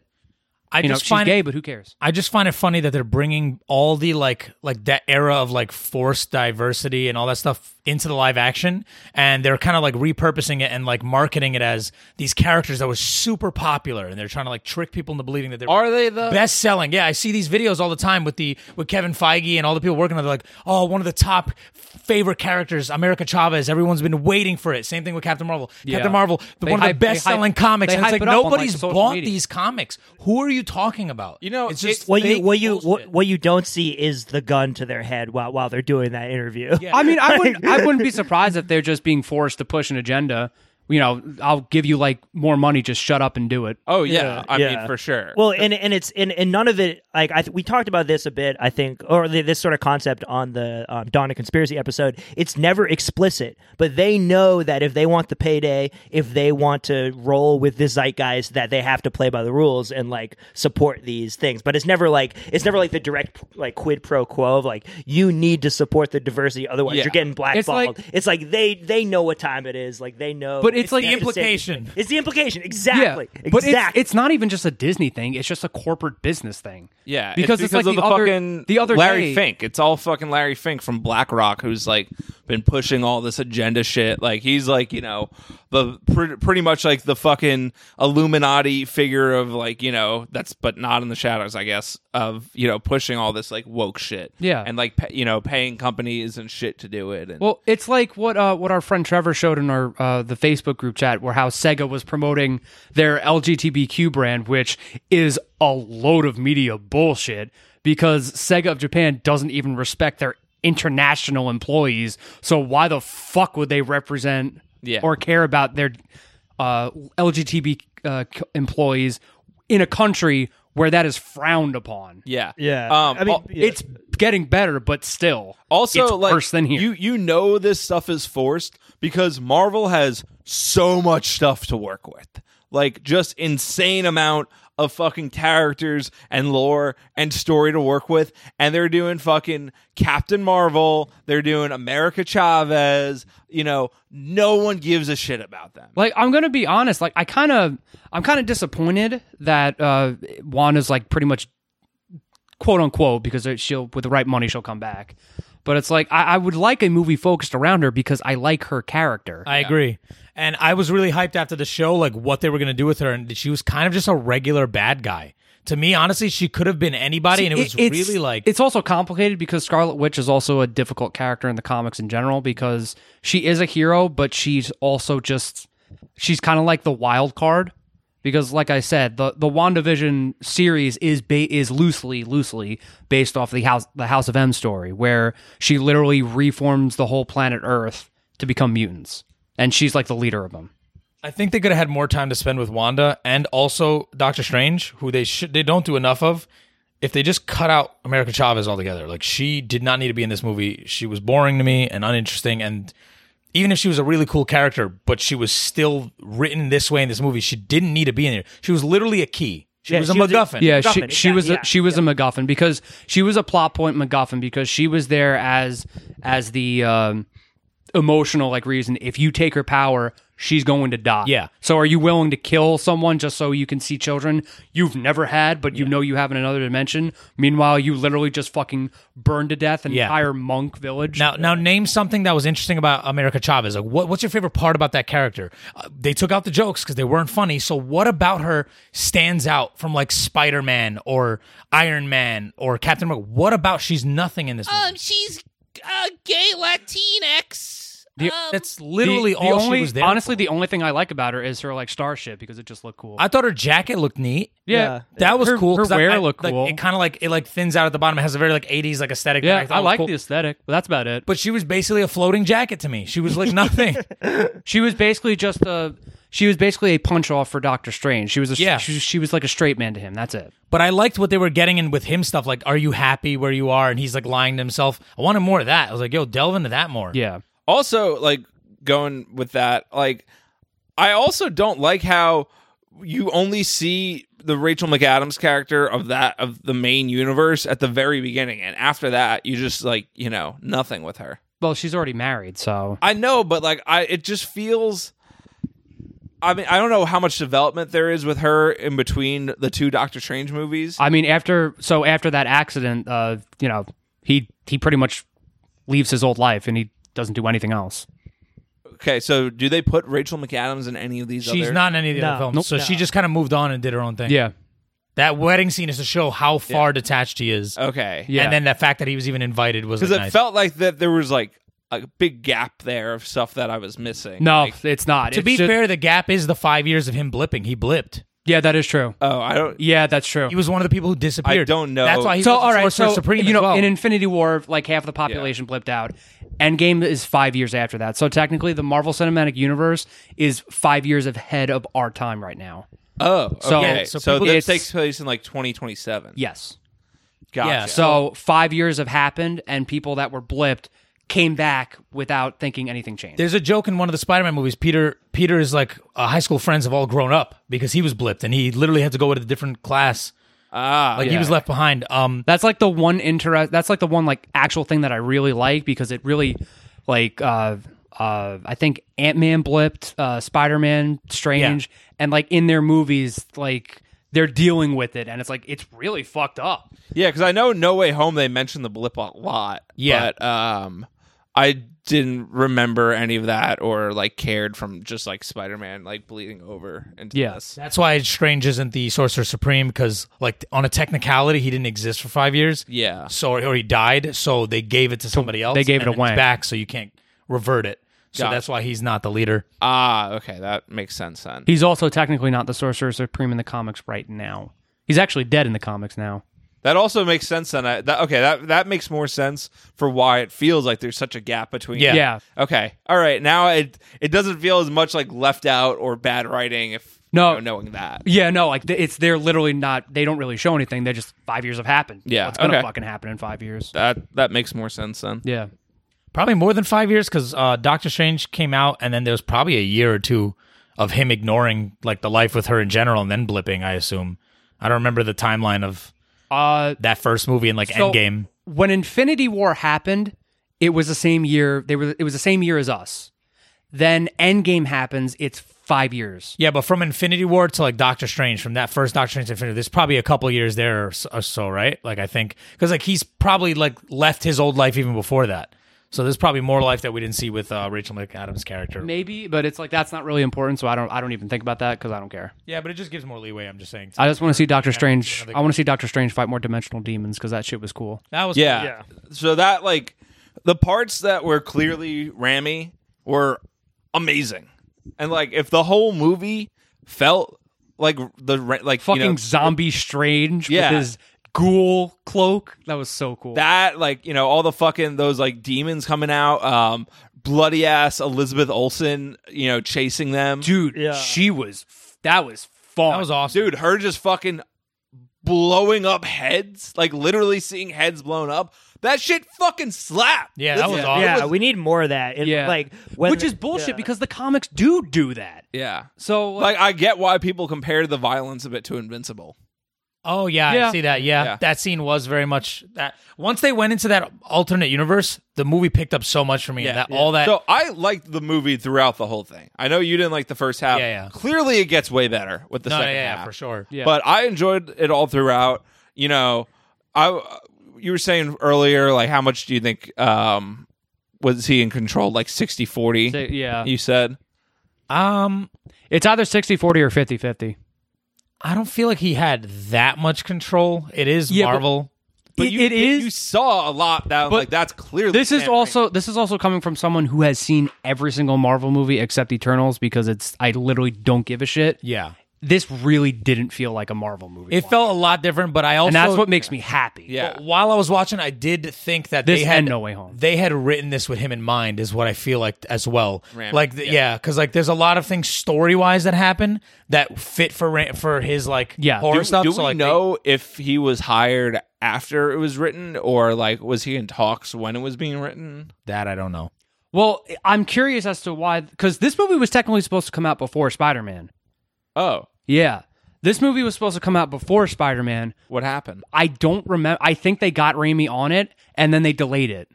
Speaker 4: I
Speaker 1: You know,
Speaker 4: just
Speaker 1: she's
Speaker 4: find
Speaker 1: gay, but who cares?
Speaker 4: I just find it funny that they're bringing all the like like that era of like forced diversity and all that stuff into the live action, and they're kind of like repurposing it and like marketing it as these characters that were super popular, and they're trying to like trick people into believing that they're
Speaker 2: Are they the
Speaker 4: best selling. Yeah, I see these videos all the time with the with Kevin Feige and all the people working on. it. They're like, oh, one of the top favorite characters, America Chavez. Everyone's been waiting for it. Same thing with Captain Marvel.
Speaker 1: Yeah.
Speaker 4: Captain Marvel, the,
Speaker 1: They
Speaker 4: one
Speaker 1: hype-
Speaker 4: of
Speaker 1: they
Speaker 4: the
Speaker 1: hype-
Speaker 4: best selling comics.
Speaker 1: they
Speaker 4: And it's
Speaker 1: hype
Speaker 4: like
Speaker 1: it up on, like,
Speaker 4: nobody's
Speaker 1: social
Speaker 4: bought
Speaker 1: media.
Speaker 4: these comics. Who are you talking about?
Speaker 2: You know,
Speaker 4: it's just
Speaker 2: it-
Speaker 3: What you
Speaker 4: fake
Speaker 3: what you what,
Speaker 4: bullshit.
Speaker 3: what you don't see is the gun to their head while while they're doing that interview.
Speaker 1: I mean, I wouldn't. I wouldn't be surprised if they're just being forced to push an agenda. You know, I'll give you like more money. Just shut up and do it.
Speaker 2: Oh yeah, I
Speaker 3: yeah.
Speaker 2: mean for sure.
Speaker 3: Well, and and it's and, and none of it like I th- we talked about this a bit I think or th- this sort of concept on the um, Dawn of Conspiracy episode. It's never explicit, but they know that if they want the payday, if they want to roll with this zeitgeist, that they have to play by the rules and like support these things. But it's never like it's never like the direct like quid pro quo of like you need to support the diversity, otherwise
Speaker 2: Yeah.
Speaker 3: you're getting blackballed. It's
Speaker 1: like-
Speaker 3: like, they they know what time it is, like they know.
Speaker 1: But it's like-
Speaker 3: the
Speaker 1: The
Speaker 4: implication.
Speaker 3: It's the implication exactly.
Speaker 1: Yeah,
Speaker 3: exactly.
Speaker 1: but it's, it's not even just a Disney thing. It's just a corporate business thing.
Speaker 2: yeah, it's
Speaker 1: because it's, like
Speaker 2: of
Speaker 1: the,
Speaker 2: the,
Speaker 1: other
Speaker 2: fucking
Speaker 1: the other
Speaker 2: Larry
Speaker 1: day-
Speaker 2: Fink. It's all fucking Larry Fink from BlackRock, who's like been pushing all this agenda shit. Like he's like you know the pre- pretty much like the fucking Illuminati figure of like you know that's but not in the shadows, I guess. Of you know pushing all this like woke shit.
Speaker 1: Yeah.
Speaker 2: and like pa you know paying companies and shit to do it. And
Speaker 1: Well, it's like what uh, what our friend Trevor showed in our uh, the Facebook group chat, where how Sega was promoting their LGBTQ brand, which is a load of media bullshit because Sega of Japan doesn't even respect their international employees. So why the fuck would they represent
Speaker 2: Yeah.
Speaker 1: or care about their uh, LGBT uh, c- employees in a country where that is frowned upon?
Speaker 2: yeah,
Speaker 3: Yeah.
Speaker 2: Um,
Speaker 3: I mean,
Speaker 2: al-
Speaker 3: yeah.
Speaker 1: It's getting better, but still,
Speaker 2: Also,
Speaker 1: it's
Speaker 2: like
Speaker 1: worse than here.
Speaker 2: you you know this stuff is forced because Marvel has so much stuff to work with, like just insane amount of fucking characters and lore and story to work with, and they're doing fucking Captain Marvel, they're doing America Chavez, you know, no one gives a shit about them.
Speaker 1: Like I'm gonna be honest, like I kind of I'm kind of disappointed that uh Wanda's like pretty much quote unquote because she'll with the right money she'll come back. But it's like I, I would like a movie focused around her because I like her character.
Speaker 4: I agree. And I was really hyped after the show, like what they were going to do with her. And she was kind of just a regular bad guy. To me, honestly, she could have been anybody. and it was
Speaker 1: it's-
Speaker 4: really like,
Speaker 1: it's also complicated because Scarlet Witch is also a difficult character in the comics in general because she is a hero, but she's also just she's kind of like the wild card because, like I said, the the WandaVision series is ba- is loosely loosely based off the house the House of M story where she literally reforms the whole planet Earth to become mutants, and she's like the leader of them.
Speaker 4: I think they could have had more time to spend with Wanda and also Doctor Strange, who they should, they don't do enough of. If they just cut out America Chavez altogether, like she did not need to be in this movie. She was boring to me and uninteresting. And even if she was a really cool character, but she was still written this way in this movie, she didn't need to be in there. She was literally a key. She
Speaker 3: Yeah,
Speaker 4: was a
Speaker 3: she was a-
Speaker 4: MacGuffin.
Speaker 1: Yeah,
Speaker 3: MacGuffin,
Speaker 1: she, she
Speaker 3: yeah,
Speaker 1: was
Speaker 3: yeah,
Speaker 1: a, she was a MacGuffin because she was a plot point MacGuffin because she was there as as the um, emotional like reason. If you take her power, she's going to die.
Speaker 4: Yeah.
Speaker 1: So are you willing to kill someone just so you can see children you've never had, but you know you have in another dimension? Meanwhile, you literally just fucking burned to death an
Speaker 4: Yeah.
Speaker 1: entire monk village.
Speaker 4: Now, now name something that was interesting about America Chavez. Like, what, what's your favorite part about that character? Uh, they took out the jokes because they weren't funny. So, what about her stands out from like Spider Man or Iron Man or Captain America? What about she's nothing in this movie?
Speaker 5: Um, she's uh, gay Latinx.
Speaker 1: The-
Speaker 5: um,
Speaker 4: That's
Speaker 1: The-
Speaker 4: literally
Speaker 1: the
Speaker 4: all
Speaker 1: only-
Speaker 4: she was there.
Speaker 1: Honestly, the only thing I like about her is her like starship because it just looked cool.
Speaker 4: for. I thought her jacket looked neat.
Speaker 1: yeah.
Speaker 4: That was
Speaker 1: Her-
Speaker 4: cool.
Speaker 1: her
Speaker 4: 'cause I-
Speaker 1: wear
Speaker 4: I-
Speaker 1: looked
Speaker 4: like,
Speaker 1: cool.
Speaker 4: It kind of like it like thins out at the bottom. It has a very like '80s like aesthetic. that
Speaker 1: Yeah,
Speaker 4: thought
Speaker 1: I
Speaker 4: was
Speaker 1: like
Speaker 4: cool.
Speaker 1: the aesthetic, but that's about it.
Speaker 4: But she was basically a floating jacket to me. She was like nothing.
Speaker 1: She was basically just a she was basically a punch off for Doctor Strange. She was a
Speaker 4: Yeah.
Speaker 1: she, was- she was like a straight man to him. That's it.
Speaker 4: But I liked what they were getting in with him stuff. Like, are you happy where you are? And he's like lying to himself. I wanted more of that. I was like, yo, delve into that more.
Speaker 1: Yeah.
Speaker 2: also like going with that like i also don't like how you only see the rachel mcadams character of that of the main universe at the very beginning and after that you just like you know nothing with her
Speaker 1: Well, she's already married, so
Speaker 2: i know but like i it just feels I mean, I don't know how much development there is with her in between the two Doctor Strange movies.
Speaker 1: I mean, after so after that accident, uh, you know, he he pretty much leaves his old life and he doesn't do anything else.
Speaker 2: Okay, so do they put Rachel McAdams in any of these?
Speaker 4: She's
Speaker 2: other-
Speaker 4: not in any of the
Speaker 3: No.
Speaker 4: other films,
Speaker 1: Nope.
Speaker 4: so she just kind of moved on and did her own thing.
Speaker 1: Yeah,
Speaker 4: that wedding scene is to show how far detached he is,
Speaker 2: Okay,
Speaker 1: Oh, yeah.
Speaker 4: and then the fact that he was even invited was
Speaker 2: because
Speaker 4: like,
Speaker 2: it
Speaker 4: nice.
Speaker 2: felt like that there was like a big gap there of stuff that I was missing.
Speaker 1: no,
Speaker 2: Like,
Speaker 1: it's not.
Speaker 4: to
Speaker 1: It's
Speaker 4: be
Speaker 1: ju-
Speaker 4: fair, the gap is the five years of him blipping. He blipped.
Speaker 1: yeah, that is true.
Speaker 2: oh, I don't.
Speaker 1: Yeah, that's true.
Speaker 4: He was one of the people who disappeared.
Speaker 2: I don't know.
Speaker 4: That's why he
Speaker 1: so
Speaker 4: was
Speaker 1: all right,
Speaker 4: Sorcerer
Speaker 1: so
Speaker 4: Supreme.
Speaker 1: you
Speaker 4: as
Speaker 1: know,
Speaker 4: well.
Speaker 1: in Infinity War, like half the population blipped out. Endgame is five years after that. So technically, the Marvel Cinematic Universe is five years ahead of our time right now.
Speaker 2: Oh,
Speaker 1: So-
Speaker 2: okay.
Speaker 1: so
Speaker 2: So,
Speaker 1: people-
Speaker 2: this
Speaker 1: it's-
Speaker 2: takes place in like 2027.
Speaker 1: Yes.
Speaker 2: gotcha.
Speaker 4: Yeah,
Speaker 1: So five years have happened, and people that were blipped came back without thinking anything changed.
Speaker 4: There's a joke in one of the Spider-Man movies. Peter Peter is like uh, high school friends have all grown up because he was blipped and he literally had to go to a different class.
Speaker 2: ah,
Speaker 4: Like he was left behind. Um,
Speaker 1: That's like the one interest. That's like the one like actual thing that I really like because it really like uh uh I think Ant Man blipped, uh Spider Man, Strange, and like in their movies like they're dealing with it and it's like it's really fucked up.
Speaker 2: yeah, because I know No Way Home they mentioned the blip a lot.
Speaker 4: Yeah.
Speaker 2: but um, I didn't remember any of that or like cared from just like Spider Man like bleeding over into
Speaker 1: Yeah.
Speaker 2: this.
Speaker 4: that's why Strange isn't the Sorcerer Supreme because like on a technicality he didn't exist for five years.
Speaker 2: Yeah.
Speaker 4: So or he died. So they gave it to somebody else.
Speaker 1: they gave
Speaker 4: and
Speaker 1: it
Speaker 4: then it's
Speaker 1: away.
Speaker 4: back, so you can't revert it. So
Speaker 2: Got
Speaker 4: that's why he's not the leader.
Speaker 2: Ah, okay, that makes sense then.
Speaker 1: He's also technically not the Sorcerer Supreme in the comics right now. He's actually dead in the comics now.
Speaker 2: That also makes sense then. I, that, okay, that that makes more sense for why it feels like there's such a gap between.
Speaker 4: Yeah.
Speaker 1: yeah.
Speaker 2: Okay. All right. Now it it doesn't feel as much like left out or bad writing if
Speaker 1: No.
Speaker 2: you know, knowing that.
Speaker 1: Yeah, no, like th- it's they're literally not. They don't really show anything. They just five years have happened.
Speaker 2: Yeah,
Speaker 1: it's gonna
Speaker 2: okay.
Speaker 1: fucking happen in five years.
Speaker 2: That that makes more sense then.
Speaker 1: Yeah,
Speaker 4: Probably more than five years because uh, Doctor Strange came out, and then there was probably a year or two of him ignoring like the life with her in general, and then blipping. I assume. I don't remember the timeline of
Speaker 1: uh,
Speaker 4: that first movie and like
Speaker 1: So,
Speaker 4: Endgame.
Speaker 1: When Infinity War happened, it was the same year. They were. It was the same year as us. Then Endgame happens. It's five years.
Speaker 4: Yeah, but from Infinity War to like Doctor Strange, from that first Doctor Strange to Infinity, there's probably a couple years there or s- or so, right? Like I think because like he's probably like left his old life even before that. So there's probably more life that we didn't see with uh, Rachel McAdams' character.
Speaker 1: Maybe, but it's like that's not really important. So I don't. I don't even think about that because I don't care.
Speaker 4: Yeah, but it just gives more leeway. I'm just saying.
Speaker 1: I just want to see Doctor Strange. I want to see Doctor Strange fight more dimensional demons because that shit was cool.
Speaker 4: That was
Speaker 2: Yeah.
Speaker 3: Yeah.
Speaker 2: So that like the parts that were clearly Ramy were amazing, and like if the whole movie felt like the ra- like you
Speaker 1: Fucking
Speaker 2: know,
Speaker 1: zombie Strange
Speaker 2: Yeah.
Speaker 1: with his ghoul cloak. That was so cool.
Speaker 2: that like you know all the fucking those like demons coming out, um, bloody ass Elizabeth Olsen, you know chasing them,
Speaker 1: dude,
Speaker 3: Yeah.
Speaker 1: she was. That was fun.
Speaker 4: that was awesome.
Speaker 2: dude, her just fucking blowing up heads, like literally seeing heads blown up. That shit fucking slap.
Speaker 4: Yeah, that was awesome.
Speaker 3: yeah,
Speaker 2: was-
Speaker 3: we need more of that. It-
Speaker 1: Yeah.
Speaker 3: like whether-
Speaker 1: Which is bullshit
Speaker 3: yeah.
Speaker 1: because the comics do do that.
Speaker 2: Yeah.
Speaker 1: So
Speaker 2: Like I get why people compare the violence of it to Invincible.
Speaker 4: Oh yeah,
Speaker 1: Yeah.
Speaker 4: I see that. Yeah.
Speaker 2: Yeah.
Speaker 4: that scene was very much that. Once they went into that alternate universe, the movie picked up so much for me. and that all that.
Speaker 2: So I liked the movie throughout the whole thing. I know you didn't like the first half.
Speaker 4: Yeah, yeah.
Speaker 2: Clearly, it gets way better with the
Speaker 4: no, yeah,
Speaker 2: second
Speaker 4: yeah,
Speaker 2: half
Speaker 4: for sure.
Speaker 1: Yeah.
Speaker 2: But I enjoyed it all throughout. You know, I you were saying earlier, like how much do you think um was he in control? Like 60-40,
Speaker 1: Say- yeah.
Speaker 2: You said
Speaker 4: Um,
Speaker 1: It's either 60 40 or 50 50.
Speaker 4: I don't feel like he had that much control. It is
Speaker 1: Yeah, but-
Speaker 4: Marvel.
Speaker 2: but
Speaker 1: It-
Speaker 2: you,
Speaker 1: it is-
Speaker 2: You saw a lot that
Speaker 1: But
Speaker 2: like that's clearly
Speaker 1: This is
Speaker 2: Sam
Speaker 1: also this is also coming from someone who has seen every single Marvel movie except Eternals because it's I literally don't give a shit.
Speaker 4: yeah,
Speaker 1: This really didn't feel like a Marvel movie.
Speaker 4: it
Speaker 1: watch.
Speaker 4: felt a lot different. But I also
Speaker 1: and that's what makes me happy.
Speaker 2: Yeah.
Speaker 4: But While I was watching, I did think that
Speaker 1: This
Speaker 4: they had
Speaker 1: and No Way Home.
Speaker 4: They had written this with him in mind, is what I feel like as well.
Speaker 2: Ram-
Speaker 4: like, the, yeah, because like there's a lot of things story wise that happen that fit for Ra- for his like
Speaker 1: Yeah.
Speaker 4: horror
Speaker 2: Do,
Speaker 4: stuff.
Speaker 2: do
Speaker 4: so
Speaker 2: we
Speaker 4: like, they-
Speaker 2: know if he was hired after it was written, or like was he in talks when it was being written?
Speaker 4: that I don't know.
Speaker 1: Well, I'm curious as to why because this movie was technically supposed to come out before Spider Man.
Speaker 2: Oh,
Speaker 1: Yeah. This movie was supposed to come out before Spider Man.
Speaker 2: what happened?
Speaker 1: I don't remember. I think they got Raimi on it and then they delayed it.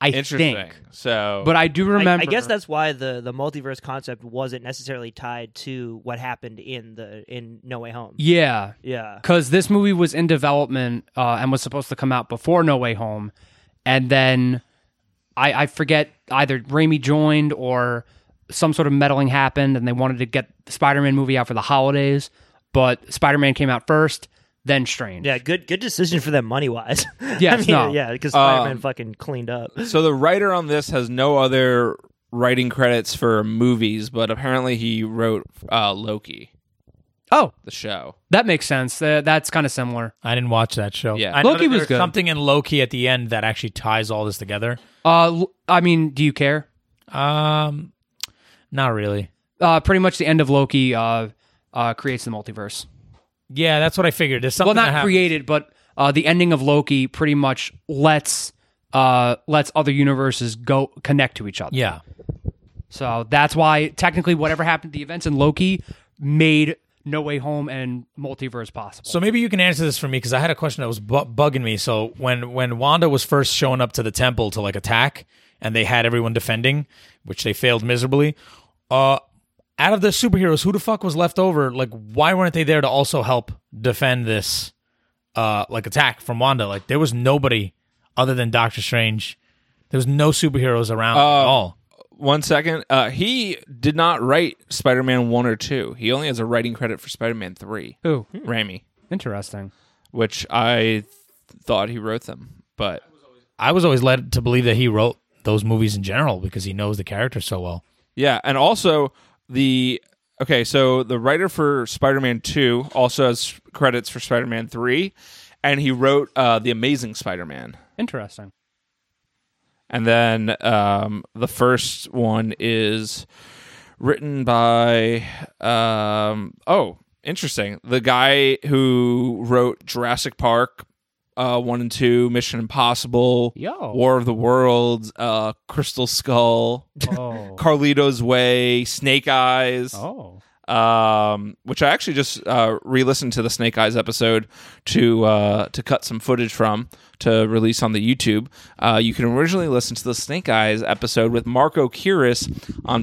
Speaker 1: I
Speaker 2: Interesting.
Speaker 1: think.
Speaker 2: So,
Speaker 1: But I do
Speaker 3: I,
Speaker 1: remember.
Speaker 3: I guess that's why the, the multiverse concept wasn't necessarily tied to what happened in the in No Way Home.
Speaker 1: yeah,
Speaker 3: Yeah.
Speaker 1: because this movie was in development uh, and was supposed to come out before No Way Home, and then I, I forget either Raimi joined or some sort of meddling happened, and they wanted to get the Spider-Man movie out for the holidays, but Spider-Man came out first, then Strange.
Speaker 3: Yeah, good good decision for them money wise.
Speaker 1: Yes, no.
Speaker 3: yeah, because Spider Man fucking cleaned up.
Speaker 2: so the writer on this has no other writing credits for movies, but apparently he wrote uh, Loki,
Speaker 1: Oh,
Speaker 2: the show.
Speaker 1: that makes sense. Uh, that's kind of similar.
Speaker 4: I didn't watch that show.
Speaker 2: Yeah.
Speaker 4: I know
Speaker 1: Loki
Speaker 4: that
Speaker 1: was
Speaker 4: there's
Speaker 1: good.
Speaker 4: Something in Loki at the end that actually ties all this together.
Speaker 1: Uh, l- I mean, do you care?
Speaker 4: Um, not really.
Speaker 1: Uh, pretty much the end of Loki uh, uh, creates the multiverse.
Speaker 4: Yeah, that's what I figured. There's
Speaker 1: well
Speaker 4: something. that
Speaker 1: not
Speaker 4: happened.
Speaker 1: created but uh, the ending of loki pretty much lets uh, lets other universes go connect to each other
Speaker 4: Yeah,
Speaker 1: so that's why technically whatever happened the events in loki made no way home and multiverse possible
Speaker 4: So maybe you can answer this for me because I had a question that was bu- bugging me. So when when Wanda was first showing up to the temple to like attack, and they had everyone defending, which they failed miserably. Uh, out of the superheroes, who the fuck was left over? Like, why weren't they there to also help defend this uh like attack from Wanda? Like, there was nobody other than Doctor Strange. There was no superheroes around at all.
Speaker 2: One second. Uh, he did not write Spider Man 1 or 2. He only has a writing credit for Spider Man 3,
Speaker 1: Ooh,
Speaker 2: Raimi,
Speaker 1: interesting
Speaker 2: which I th- thought he wrote them. But
Speaker 4: I was always led to believe that he wrote those movies in general because he knows the character so well.
Speaker 2: yeah. And also, the. Okay, so the writer for Spider Man 2 also has credits for Spider Man 3, and he wrote uh, The Amazing Spider Man.
Speaker 1: interesting
Speaker 2: And then um, the first one is written by um, oh, interesting. The guy who wrote Jurassic Park uh, one and two, Mission Impossible,
Speaker 1: Yo.
Speaker 2: War of the Worlds, uh, Crystal Skull,
Speaker 1: oh
Speaker 2: Carlito's Way, Snake Eyes
Speaker 1: oh
Speaker 2: um, which I actually just uh, re-listened to the Snake Eyes episode to uh, to cut some footage from to release on the YouTube. Uh, you can originally listen to the Snake Eyes episode with Marco Curis on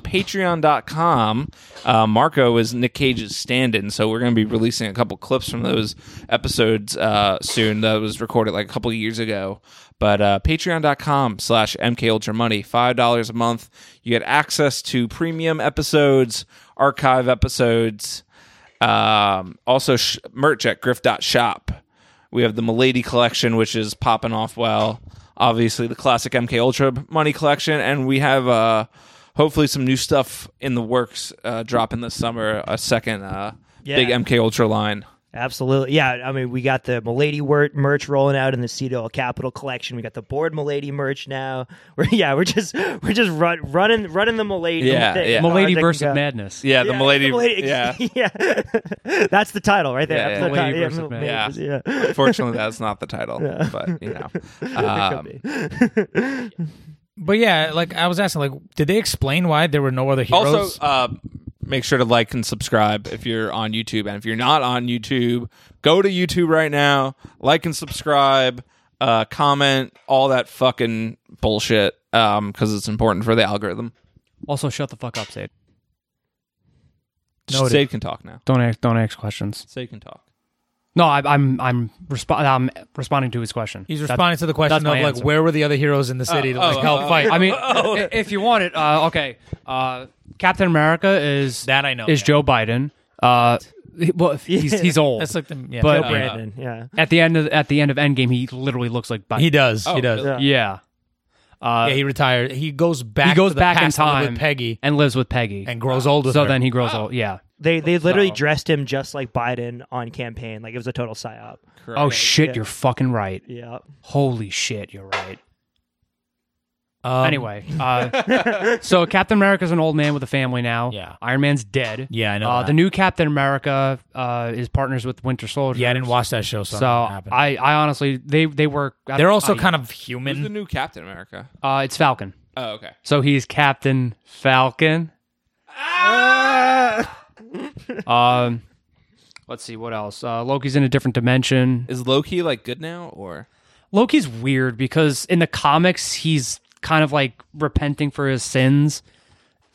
Speaker 2: Patreon.com. Uh, Marco is Nick Cage's stand-in, so we're going to be releasing a couple clips from those episodes uh, soon. That was recorded like a couple years ago. But uh, patreon.com slash mkultramoney, $5 a month. You get access to premium episodes, archive episodes, um, also sh- merch at griff.shop. We have the Milady collection, which is popping off well. Obviously, the classic MK Ultra money collection. And we have uh, hopefully some new stuff in the works uh, dropping this summer, a second uh,
Speaker 3: Yeah.
Speaker 2: big MK Ultra line.
Speaker 3: Absolutely. Yeah. I mean, we got the Milady wor- merch rolling out in the Cedar Capital collection. We got the board Milady merch now. We're, yeah, we're just we're just run, running running the Milady.
Speaker 2: Yeah,
Speaker 3: the-
Speaker 2: yeah.
Speaker 3: as far
Speaker 1: milady
Speaker 3: as I can
Speaker 1: versus
Speaker 3: go.
Speaker 1: madness
Speaker 2: Yeah, the
Speaker 3: Yeah,
Speaker 2: Milady. Yeah.
Speaker 3: Milady- yeah. That's the title right there.
Speaker 2: Yeah, yeah.
Speaker 3: Episode
Speaker 1: Milady
Speaker 3: title.
Speaker 1: versus Madness.
Speaker 2: Yeah.
Speaker 3: Milady versus- yeah.
Speaker 2: Fortunately, that's not the title, but you know, um,
Speaker 4: But yeah, like I was asking, like, did they explain why there were no other heroes?
Speaker 2: Also, uh, make sure to like and subscribe if you're on YouTube. And if you're not on YouTube, go to YouTube right now, like and subscribe, uh, comment, all that fucking bullshit, because it's important for the algorithm.
Speaker 1: also shut the fuck up Sade.
Speaker 4: Noted.
Speaker 2: Sade can talk now.
Speaker 1: don't ask don't ask questions
Speaker 2: Sade can talk.
Speaker 1: no I, i'm i'm respo- i'm responding to his question
Speaker 4: he's
Speaker 1: That's-
Speaker 4: responding to the
Speaker 1: that's
Speaker 4: question of
Speaker 1: my
Speaker 4: like,
Speaker 1: answer. Uh,
Speaker 4: where were the other heroes in the city to like
Speaker 2: oh,
Speaker 4: help
Speaker 2: oh,
Speaker 4: fight?
Speaker 1: I mean, i- if you want it, uh, okay. Uh, Captain America is
Speaker 4: That I know,
Speaker 1: is
Speaker 4: yeah.
Speaker 1: Joe Biden. Uh, he- well, if he's he's old.
Speaker 4: that's like the yeah,
Speaker 1: But-
Speaker 4: no,
Speaker 1: uh,
Speaker 4: Brandon.
Speaker 3: Brandon, yeah.
Speaker 1: at the end of at the end of Endgame, he literally looks like Biden.
Speaker 4: he does, he does.
Speaker 2: Oh, really?
Speaker 4: Yeah.
Speaker 1: Oh. yeah, uh,
Speaker 4: he retired. He goes back.
Speaker 1: he goes
Speaker 4: to the
Speaker 1: back in
Speaker 4: past to live
Speaker 1: time
Speaker 4: with Peggy
Speaker 1: and lives with Peggy.
Speaker 4: and grows old with
Speaker 1: so
Speaker 4: her.
Speaker 1: then he grows old. Yeah.
Speaker 3: They they literally dressed him just like Biden on campaign. Like it was a total psyop.
Speaker 1: Oh shit,
Speaker 3: Yeah.
Speaker 1: you're fucking right.
Speaker 3: Yeah.
Speaker 1: Holy shit, you're right.
Speaker 4: Um,
Speaker 1: anyway, uh, so Captain America's an old man with a family now.
Speaker 4: Yeah.
Speaker 1: Iron Man's dead.
Speaker 4: Yeah, I know
Speaker 1: Uh,
Speaker 4: that.
Speaker 1: the new Captain America uh, is partners with Winter Soldier.
Speaker 4: yeah, I didn't watch that show, so, I
Speaker 1: So
Speaker 4: don't know what happened.
Speaker 1: I, I honestly, they they were.
Speaker 4: They're also
Speaker 1: I-
Speaker 4: kind
Speaker 2: Who's
Speaker 4: of
Speaker 2: the
Speaker 4: human.
Speaker 2: new Captain America?
Speaker 1: Uh, it's Falcon.
Speaker 2: Oh, okay.
Speaker 1: So he's Captain Falcon. um, let's see what else. Uh, Loki's in a different dimension.
Speaker 2: Is Loki like good now, or
Speaker 1: Loki's weird because in the comics he's kind of like repenting for his sins,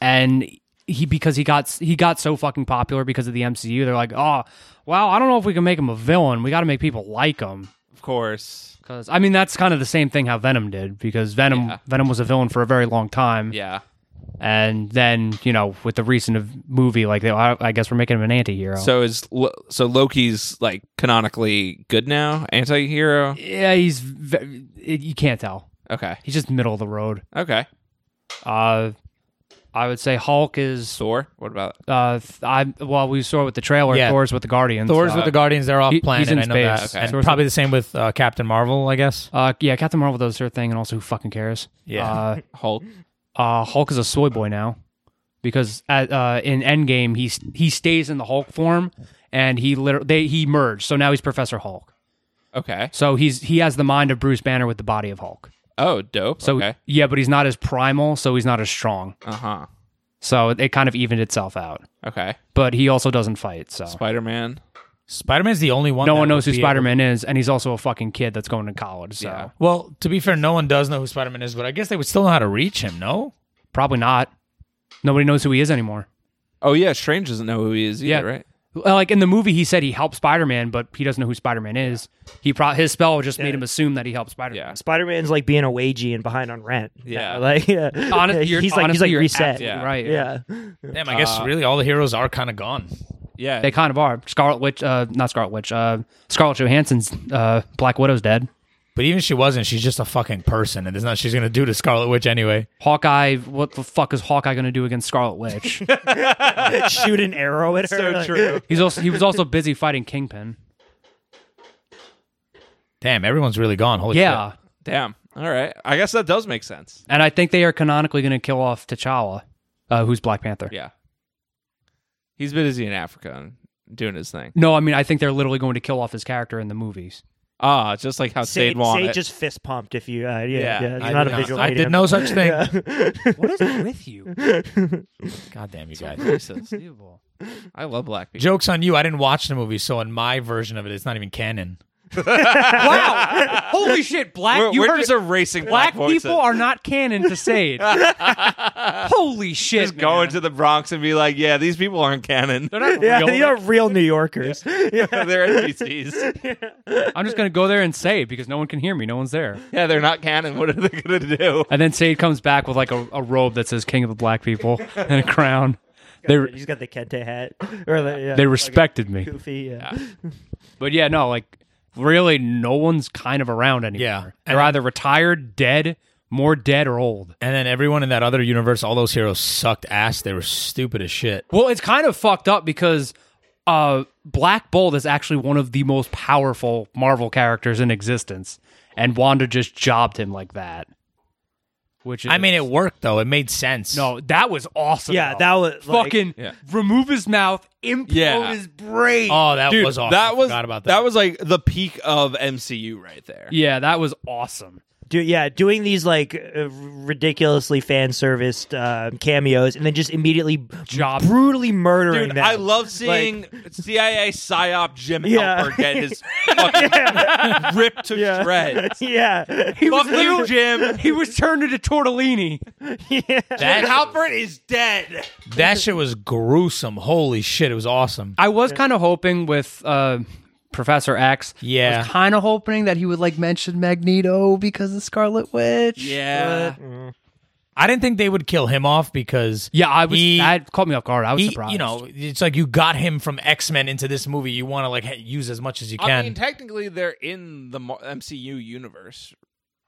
Speaker 1: and he because he got he got so fucking popular because of the MCU. They're like, oh, well, I don't know if we can make him a villain. We got to make people like him.
Speaker 2: Of course.
Speaker 1: Because I mean, that's kind of the same thing how Venom did. Because Venom
Speaker 2: Yeah.
Speaker 1: Venom was a villain for a very long time,
Speaker 2: Yeah.
Speaker 1: and then you know with the recent of- movie, like they, I, I guess we're making him an anti-hero.
Speaker 2: So is Lo- so Loki's like canonically good now, anti-hero?
Speaker 1: yeah, he's ve- it, you can't tell.
Speaker 2: Okay.
Speaker 1: He's just middle of the road.
Speaker 2: Okay.
Speaker 1: Uh, I would say Hulk is.
Speaker 2: Thor, what about
Speaker 1: Uh, th- I well, we saw it with the trailer.
Speaker 4: Yeah.
Speaker 1: Thor's with the Guardians.
Speaker 4: Thor's
Speaker 1: Uh,
Speaker 4: with the Guardians. They're off
Speaker 1: he-
Speaker 4: planet.
Speaker 1: he's in
Speaker 4: I know
Speaker 1: space.
Speaker 4: that.
Speaker 1: Okay.
Speaker 4: And probably the same with uh, Captain Marvel, I guess.
Speaker 1: Uh, yeah, Captain Marvel does her thing, and also who fucking cares?
Speaker 4: Yeah.
Speaker 1: Uh,
Speaker 2: Hulk?
Speaker 1: uh, Hulk is a soy boy now because at, uh, in Endgame he he stays in the Hulk form and he literally they he merged, so now he's Professor Hulk.
Speaker 2: Okay.
Speaker 1: So he's he has the mind of Bruce Banner with the body of Hulk.
Speaker 2: Oh, dope.
Speaker 1: So
Speaker 2: okay.
Speaker 1: yeah, but he's not as primal, so he's not as strong.
Speaker 2: Uh-huh.
Speaker 1: So it kind of evened itself out.
Speaker 2: Okay.
Speaker 1: But he also doesn't fight, so
Speaker 2: Spider-Man.
Speaker 4: Spider Man's the only one.
Speaker 1: no
Speaker 4: that
Speaker 1: one
Speaker 4: would
Speaker 1: knows who
Speaker 4: be able-
Speaker 1: Spider Man is, and he's also a fucking kid that's going to college. So
Speaker 2: Yeah.
Speaker 4: Well, to be fair, no one does know who Spider Man is, but I guess they would still know how to reach him. No.
Speaker 1: probably not. Nobody knows who he is anymore.
Speaker 2: Oh yeah, Strange doesn't know who he is either,
Speaker 1: Yeah.
Speaker 2: right?
Speaker 1: Well, Like in the movie, he said he helped Spider Man, but he doesn't know who Spider Man is. He pro- his spell just made
Speaker 3: Yeah.
Speaker 1: him assume that he helped Spider Man.
Speaker 2: Yeah.
Speaker 3: Spider Man's like being a wagey and behind on rent.
Speaker 2: Yeah.
Speaker 3: Now, like yeah.
Speaker 1: Honest, you're,
Speaker 3: he's like
Speaker 1: honestly,
Speaker 3: he's like
Speaker 1: you're
Speaker 3: reset.
Speaker 1: absolutely
Speaker 2: Yeah.
Speaker 1: Right.
Speaker 3: Yeah.
Speaker 4: Damn, I
Speaker 3: Uh,
Speaker 4: guess really all the heroes are kind of gone.
Speaker 2: Yeah.
Speaker 1: They kind of are. Scarlet Witch, uh, not Scarlet Witch, uh, Scarlet Johansson's uh, Black Widow's dead.
Speaker 4: But even if she wasn't, she's just a fucking person, and there's nothing she's gonna do to Scarlet Witch anyway.
Speaker 1: Hawkeye, what the fuck is Hawkeye going to do against Scarlet Witch?
Speaker 3: Shoot an arrow at her. So true.
Speaker 1: He's also he was also busy fighting Kingpin.
Speaker 4: Damn, everyone's really gone. Holy
Speaker 1: yeah,
Speaker 4: shit.
Speaker 2: Damn. All right. I guess that does make sense.
Speaker 1: and I think they are canonically going to kill off T'Challa, uh, who's Black Panther.
Speaker 2: Yeah. He's busy in Africa and doing his thing.
Speaker 1: No, I mean I think they're literally going to kill off his character in the movies.
Speaker 2: Ah, just like how
Speaker 3: Say,
Speaker 2: Sade wanted.
Speaker 3: say just fist pumped if you. Uh, yeah.
Speaker 2: Yeah,
Speaker 3: Yeah. You're
Speaker 4: I
Speaker 3: not
Speaker 4: did
Speaker 3: a
Speaker 4: not-
Speaker 3: visual.
Speaker 4: I
Speaker 3: aid
Speaker 4: did no such thing.
Speaker 3: Yeah.
Speaker 1: What is with you?
Speaker 4: God damn you guys.
Speaker 2: Racist. I love black people.
Speaker 4: Joke's on you. I didn't watch the movie, so in my version of it, it's not even canon.
Speaker 1: Wow! Holy shit, black!
Speaker 2: We're,
Speaker 1: you
Speaker 2: we're
Speaker 1: heard
Speaker 2: just
Speaker 1: it.
Speaker 2: erasing
Speaker 1: Black
Speaker 2: black, voices.
Speaker 1: people are not canon to Sade. Holy shit!
Speaker 2: just going
Speaker 1: man.
Speaker 2: to the Bronx and be like, "Yeah, these people aren't canon. They're not.
Speaker 3: yeah.
Speaker 1: Real-
Speaker 3: These are real New Yorkers. Yeah.
Speaker 2: They're NPCs.
Speaker 1: I'm just gonna go there and say it because no one can hear me. No one's there.
Speaker 2: Yeah, they're not canon. What are they gonna do?
Speaker 1: And then Sade comes back with like a, a robe that says "King of the Black People" and a crown. They re-
Speaker 3: He's got the kente hat. Or the, yeah,
Speaker 1: they respected me,
Speaker 3: goofy. Yeah.
Speaker 1: but yeah, no, like really, no one's kind of around anymore.
Speaker 4: Yeah.
Speaker 1: they're either retired, dead, more dead, or old.
Speaker 4: And then everyone in that other universe, all those heroes sucked ass. They were stupid as shit.
Speaker 1: Well, it's kind of fucked up because uh, Black Bolt is actually one of the most powerful Marvel characters in existence, and Wanda just jobbed him like that. Which is,
Speaker 4: I mean, it worked though. It made sense.
Speaker 1: no, that was awesome.
Speaker 3: Yeah,
Speaker 1: though.
Speaker 3: that was, like-
Speaker 1: fucking
Speaker 2: Yeah.
Speaker 1: remove his mouth, implode
Speaker 2: Yeah.
Speaker 1: his brain.
Speaker 4: Oh, that
Speaker 2: Dude,
Speaker 4: was awesome. I
Speaker 2: that was
Speaker 4: forgot about that.
Speaker 2: that was like the peak of MCU right there.
Speaker 1: yeah, that was awesome.
Speaker 3: Do, yeah, doing these like uh, ridiculously fan serviced uh, cameos, and then just immediately
Speaker 1: Job.
Speaker 3: brutally murdering
Speaker 2: Dude,
Speaker 3: them.
Speaker 2: I love
Speaker 3: Like,
Speaker 2: seeing CIA psyop Jim
Speaker 3: Yeah.
Speaker 2: Halpert get his fucking ripped to
Speaker 3: Yeah.
Speaker 2: shreds.
Speaker 3: yeah,
Speaker 2: Fuck you, Jim.
Speaker 1: He was turned into tortellini.
Speaker 2: And
Speaker 4: that,
Speaker 2: Halpert is dead.
Speaker 4: that shit was gruesome. Holy shit, it was awesome.
Speaker 1: I was kind of hoping with uh, Professor X. I
Speaker 4: Yeah.
Speaker 1: was kind of hoping that he would like mention Magneto because of Scarlet Witch.
Speaker 2: Yeah.
Speaker 4: I didn't think they would kill him off because
Speaker 1: Yeah, I was.
Speaker 4: He-
Speaker 1: that caught me off guard. I was
Speaker 4: he-
Speaker 1: surprised.
Speaker 4: you know it's like you got him from X Men into this movie. You want to like ha- use as much as you
Speaker 2: I
Speaker 4: can.
Speaker 2: mean, technically, they're in the Mar- MCU universe.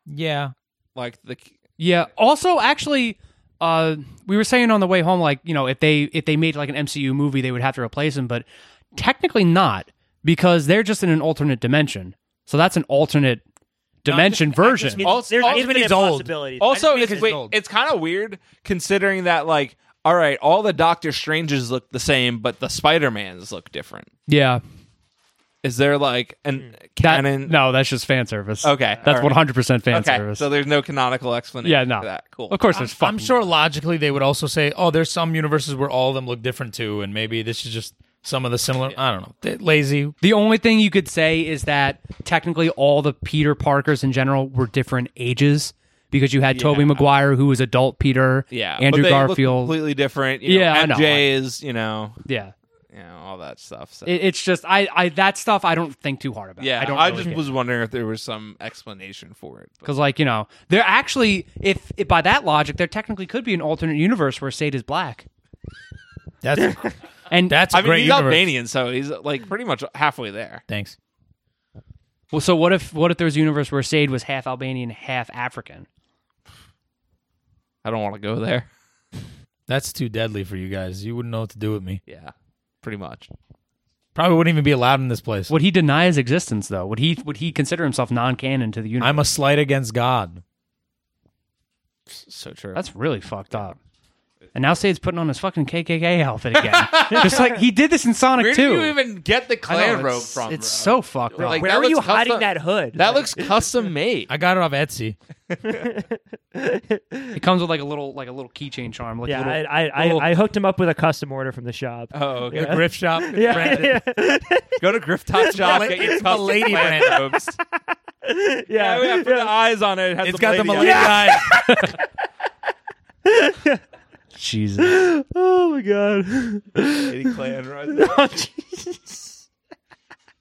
Speaker 4: yeah,
Speaker 2: Like the
Speaker 1: yeah. Also, actually, uh, we were saying on the way home, like you know, if they if they made like an MCU movie, they would have to replace him, but technically not because they're just in an alternate dimension. So that's an alternate dimension version.
Speaker 3: It's-
Speaker 2: Also-
Speaker 3: there's
Speaker 2: also-
Speaker 3: infinite
Speaker 4: he's old.
Speaker 3: possibilities.
Speaker 2: also
Speaker 4: think
Speaker 2: it's
Speaker 4: it's
Speaker 2: wait,
Speaker 4: gold.
Speaker 2: it's kind of weird considering that like all right, all the Doctor Stranges look the same, but the Spider Mans look different.
Speaker 1: yeah.
Speaker 2: Is there like an
Speaker 1: That,
Speaker 2: canon?
Speaker 1: no, that's just fan service.
Speaker 2: Okay,
Speaker 1: That's
Speaker 2: all right.
Speaker 1: one hundred percent fan
Speaker 2: Okay,
Speaker 1: service.
Speaker 2: so there's no canonical explanation.
Speaker 1: yeah, no.
Speaker 2: for that cool.
Speaker 1: Of course, there's. Fucking,
Speaker 4: I'm sure logically they would also say, oh, there's some universes where all of them look different too, and maybe this is just some of the similar. I don't know. They're lazy.
Speaker 1: The only thing you could say is that technically all the Peter Parkers in general were different ages because you had Toby
Speaker 2: Yeah.
Speaker 1: Maguire who was adult Peter,
Speaker 2: Yeah, but
Speaker 1: Andrew
Speaker 2: they look
Speaker 1: Garfield,
Speaker 2: completely different. You know,
Speaker 1: Yeah, I know.
Speaker 2: MJ is you know,
Speaker 1: yeah.
Speaker 2: you know all that stuff. So.
Speaker 1: It, it's just I, I that stuff I don't think too hard about.
Speaker 2: yeah,
Speaker 1: I don't.
Speaker 2: just was wondering if there was some explanation for it. but-
Speaker 1: because like you know they're actually if, if by that logic there technically could be an alternate universe where Sade is black
Speaker 4: That's
Speaker 1: and
Speaker 4: that's a
Speaker 2: I mean,
Speaker 4: great
Speaker 2: he's
Speaker 4: universe.
Speaker 2: Albanian, so he's like pretty much halfway there.
Speaker 4: Thanks.
Speaker 1: well, so what if what if there was a universe where Sade was half Albanian half African?
Speaker 2: I don't want to go there.
Speaker 4: That's too deadly for you guys. You wouldn't know what to do with me.
Speaker 2: Yeah, pretty much.
Speaker 4: Probably wouldn't even be allowed in this place.
Speaker 1: Would he deny his existence though? Would he would he consider himself non canon to the universe?
Speaker 4: I'm a slight against God.
Speaker 2: So true.
Speaker 1: That's really fucked up. And now Sade's putting on his fucking KKK outfit again. Just like he did this in Sonic
Speaker 2: Where
Speaker 1: 2.
Speaker 2: do you even get the
Speaker 1: I know,
Speaker 2: clan robe
Speaker 1: it's-
Speaker 2: from?
Speaker 1: It's
Speaker 2: bro?
Speaker 1: so fucked
Speaker 2: Like,
Speaker 1: up.
Speaker 3: Where
Speaker 2: that
Speaker 3: were you
Speaker 2: looks
Speaker 3: hiding
Speaker 2: custom-
Speaker 3: that hood?
Speaker 2: that looks custom made.
Speaker 4: I got it off Etsy.
Speaker 1: it comes with like a little like a little keychain charm. Like
Speaker 3: yeah,
Speaker 1: little,
Speaker 3: I, I,
Speaker 1: little-
Speaker 3: I, I hooked him up with a custom order from the shop.
Speaker 2: Oh, okay.
Speaker 4: The grift shop. branded.
Speaker 3: yeah, yeah,
Speaker 2: Go to Grifftop shop.
Speaker 4: la-
Speaker 2: get
Speaker 4: it's
Speaker 2: your
Speaker 4: the
Speaker 2: custom
Speaker 4: lady
Speaker 2: clan
Speaker 4: brand.
Speaker 2: robes.
Speaker 3: yeah.
Speaker 2: Yeah, we have put the eyes on it. it has
Speaker 4: It's got the
Speaker 2: on it.
Speaker 4: Malay guy.
Speaker 1: Jesus.
Speaker 3: Oh my god.
Speaker 2: Lady clan robes.
Speaker 3: Oh, Jesus.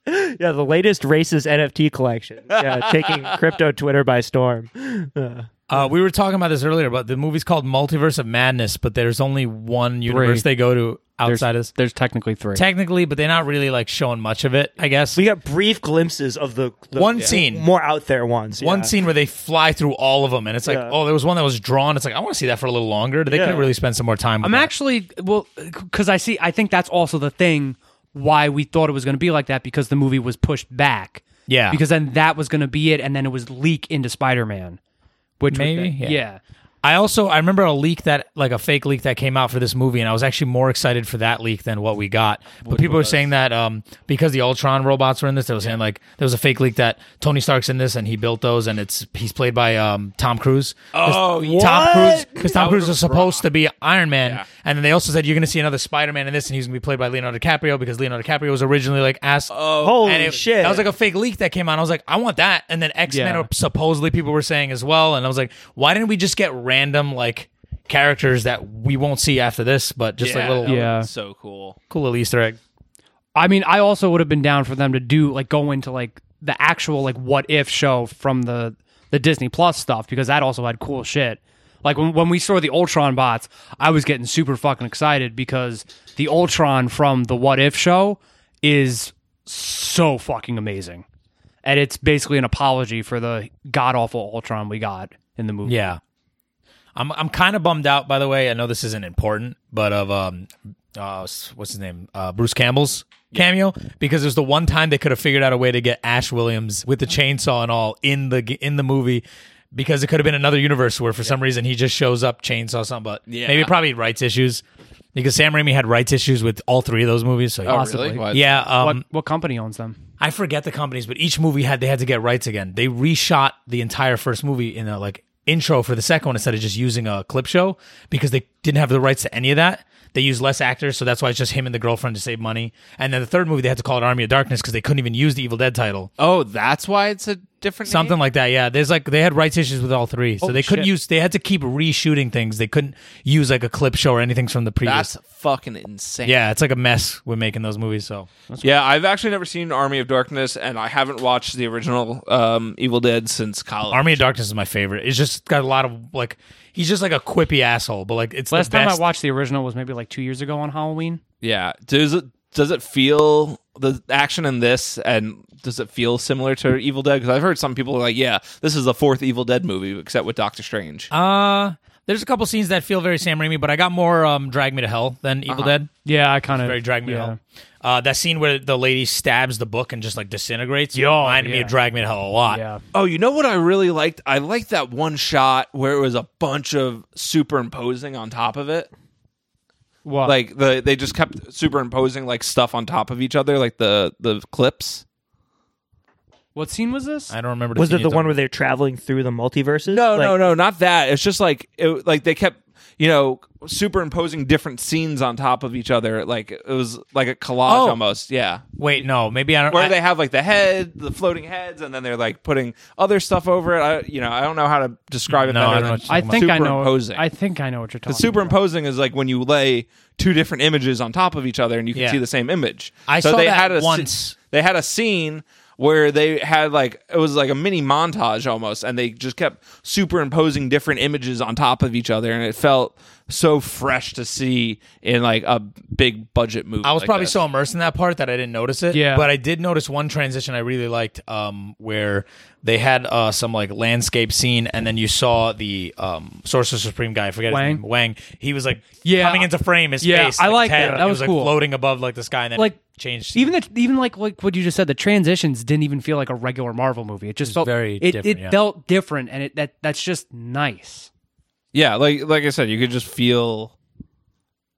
Speaker 3: yeah, the latest racist NFT collection. Yeah, taking crypto Twitter by storm. Uh,
Speaker 4: Uh, we were talking about this earlier, but the movie's called Multiverse of Madness, but there's only one universe they go to outside of this.
Speaker 1: There's technically three.
Speaker 4: Technically, but they're not really like showing much of it, I guess.
Speaker 3: we got brief glimpses of the, the
Speaker 4: One
Speaker 3: the
Speaker 4: scene.
Speaker 3: more out there ones.
Speaker 4: one
Speaker 3: yeah.
Speaker 4: scene where they fly through all of them, and it's like,
Speaker 3: Yeah.
Speaker 4: oh, there was one that was drawn. It's like, I want to see that for a little longer. They
Speaker 3: Yeah.
Speaker 4: could really spend some more time. With
Speaker 1: I'm
Speaker 4: that.
Speaker 1: actually well because I see. I think that's also the thing why we thought it was going to be like that because the movie was pushed back.
Speaker 4: Yeah.
Speaker 1: Because then that was going to be it, and then it was leak into Spider Man, which would
Speaker 4: Maybe,
Speaker 1: then-
Speaker 4: yeah.
Speaker 1: yeah.
Speaker 4: I also I remember a leak that like a fake leak that came out for this movie, and I was actually more excited for that leak than what we got. But people were saying that um, because the Ultron robots were in this, they were saying like there was a fake leak that Tony Stark's in this and he built those, and it's he's played by um, Tom Cruise. 'Cause
Speaker 2: Oh, yeah.
Speaker 4: Tom Cruise
Speaker 2: What?
Speaker 4: because Tom
Speaker 2: That
Speaker 4: Cruise
Speaker 2: was
Speaker 4: was supposed to be Iron Man, and then they also said you're going to see another Spider Man in this, and he's going to be played by Leonardo DiCaprio because Leonardo DiCaprio was originally like asked. Oh,
Speaker 3: Holy
Speaker 4: and it,
Speaker 3: shit!
Speaker 4: That was like a fake leak that came out. I was like, I want that. And then X Men
Speaker 1: Yeah.
Speaker 4: are supposedly people were saying as well. And I was like, why didn't we just get random like characters that we won't see after this, but just like little
Speaker 2: that
Speaker 1: Yeah.
Speaker 2: was so cool.
Speaker 4: cool little Easter egg.
Speaker 1: I mean, I also would have been down for them to do like go into like the actual like what if show from the the Disney Plus stuff because that also had cool shit. Like when when we saw the Ultron bots, I was getting super fucking excited because the Ultron from the What If show is so fucking amazing. And it's basically an apology for the god awful Ultron we got in the movie.
Speaker 4: Yeah. I'm I'm kind of bummed out by the way. I know this isn't important, but of um uh s- what's his name? Uh Bruce Campbell's cameo because there's the one time they could have figured out a way to get Ash Williams with the chainsaw and all in the g- in the movie because it could have been another universe where for some reason he just shows up chainsaw something but
Speaker 2: Yeah.
Speaker 4: maybe probably rights issues because Sam Raimi had rights issues with all three of those movies so
Speaker 2: Oh, really? Why-
Speaker 4: yeah um,
Speaker 1: What, what company owns them?
Speaker 4: I forget the companies, but each movie had they had to get rights again. They reshot the entire first movie in a like intro for the second one instead of just using a clip show because they didn't have the rights to any of that. They used less actors, so that's why it's just him and the girlfriend to save money. And then the third movie they had to call it Army of Darkness because they couldn't even use the Evil Dead title.
Speaker 2: Oh, that's why it's a different
Speaker 4: Something like that, yeah. There's like they had rights issues with all three, so they couldn't use. They had to keep reshooting things. They couldn't use like a clip show or anything from the previous.
Speaker 2: That's fucking insane.
Speaker 4: yeah, it's like a mess with making those movies. So
Speaker 2: yeah. I've actually never seen Army of Darkness, and I haven't watched the original um, Evil Dead since college.
Speaker 4: Army of Darkness is my favorite. It's just got a lot of like he's just like a quippy asshole, but like it's
Speaker 1: Last
Speaker 4: the
Speaker 1: time I
Speaker 4: best.
Speaker 1: watched the original was maybe like two years ago on Halloween.
Speaker 2: yeah. Does it does it feel the action in this and does it feel similar to Evil Dead? Because I've heard some people are like, yeah, this is the fourth Evil Dead movie, except with Doctor Strange.
Speaker 4: uh there's a couple scenes that feel very Sam Raimi, but I got more um Drag Me to Hell than Evil Dead.
Speaker 1: Yeah, I kind of
Speaker 4: Uh-huh. Very Drag Me to Hell. Uh, that scene where the lady stabs the book and just like disintegrates
Speaker 1: Yo,
Speaker 4: reminded me
Speaker 1: yeah.
Speaker 4: of Drag Me to Hell a lot.
Speaker 1: Yeah.
Speaker 2: Oh, you know what I really liked? I liked that one shot where it was a bunch of superimposing on top of it.
Speaker 1: What?
Speaker 2: Like the they just kept superimposing like stuff on top of each other, like the the clips.
Speaker 1: What scene was this?
Speaker 4: I don't remember.
Speaker 3: was it
Speaker 4: scene
Speaker 3: the
Speaker 4: you're
Speaker 3: one
Speaker 4: talking
Speaker 3: where they're traveling through the multiverses?
Speaker 2: No,
Speaker 3: Like-
Speaker 2: no, no, not that. It's just like it like they kept you know, superimposing different scenes on top of each other. Like it was like a collage
Speaker 4: Oh.
Speaker 2: almost. Yeah.
Speaker 4: Wait, no, maybe I don't.
Speaker 2: Where
Speaker 4: I-
Speaker 2: they have like the head, the floating heads, and then they're like putting other stuff over it. I, you know, I don't know how to describe it.
Speaker 4: No,
Speaker 2: better
Speaker 4: I don't
Speaker 2: than
Speaker 4: know what you're
Speaker 1: I think I know.
Speaker 2: superimposing.
Speaker 1: I think I know what you're talking.
Speaker 2: The superimposing is like when you lay two different images on top of each other and you can
Speaker 4: Yeah.
Speaker 2: see the same image.
Speaker 4: I saw that
Speaker 2: a sce-
Speaker 4: once.
Speaker 2: they had a scene where they had like it was like a mini montage almost, and they just kept superimposing different images on top of each other, and it felt so fresh to see in like a big budget movie.
Speaker 4: I was
Speaker 2: like
Speaker 4: probably
Speaker 2: this.
Speaker 4: so immersed in that part that I didn't notice it.
Speaker 1: Yeah.
Speaker 4: But I did notice one transition I really liked um, where they had uh, some like landscape scene and then you saw the um, Sorcerer Supreme guy, I forget
Speaker 1: Wang?
Speaker 4: his name, Wang. He was like
Speaker 1: Yeah.
Speaker 4: coming into frame, his
Speaker 1: Yeah,
Speaker 4: face.
Speaker 1: I
Speaker 4: like,
Speaker 1: liked
Speaker 4: his head,
Speaker 1: that.
Speaker 4: it
Speaker 1: That was
Speaker 4: like,
Speaker 1: cool.
Speaker 4: floating above like the sky and then
Speaker 1: Like,
Speaker 4: changed.
Speaker 1: Even the, even like like what you just said, the transitions didn't even feel like a regular Marvel movie. It just felt
Speaker 4: very
Speaker 1: It,
Speaker 4: different,
Speaker 1: it
Speaker 4: yeah.
Speaker 1: felt different, and it that that's just nice.
Speaker 2: Yeah, like like I said, you could just feel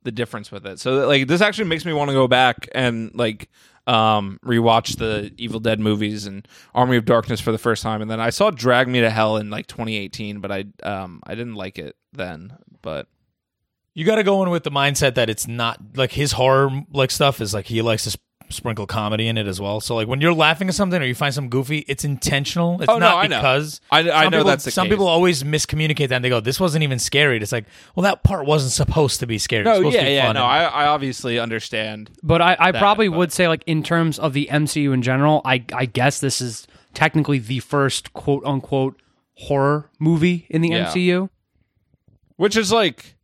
Speaker 2: the difference with it. So like this actually makes me want to go back and like um rewatch the Evil Dead movies and Army of Darkness for the first time and then I saw Drag Me to Hell in like 2018, but I um I didn't like it then, but
Speaker 4: you got to go in with the mindset that it's not like his horror like stuff is like he likes to sp- sprinkle comedy in it as well. So like when you're laughing at something or you find something goofy, it's intentional. It's
Speaker 2: Oh, no,
Speaker 4: not
Speaker 2: I know.
Speaker 4: because
Speaker 2: I- I
Speaker 4: some
Speaker 2: know
Speaker 4: people,
Speaker 2: that's the
Speaker 4: some
Speaker 2: case.
Speaker 4: people always miscommunicate that and they go, "This wasn't even scary." It's like, well, that part wasn't supposed to be scary. It's
Speaker 2: No,
Speaker 4: supposed
Speaker 2: yeah,
Speaker 4: to be
Speaker 2: yeah,
Speaker 4: fun.
Speaker 2: no. I, I obviously understand.
Speaker 1: But I, I probably
Speaker 2: but-
Speaker 1: would say like in terms of the MCU in general, I I guess this is technically the first quote unquote horror movie in the
Speaker 2: Yeah.
Speaker 1: MCU.
Speaker 2: Which is like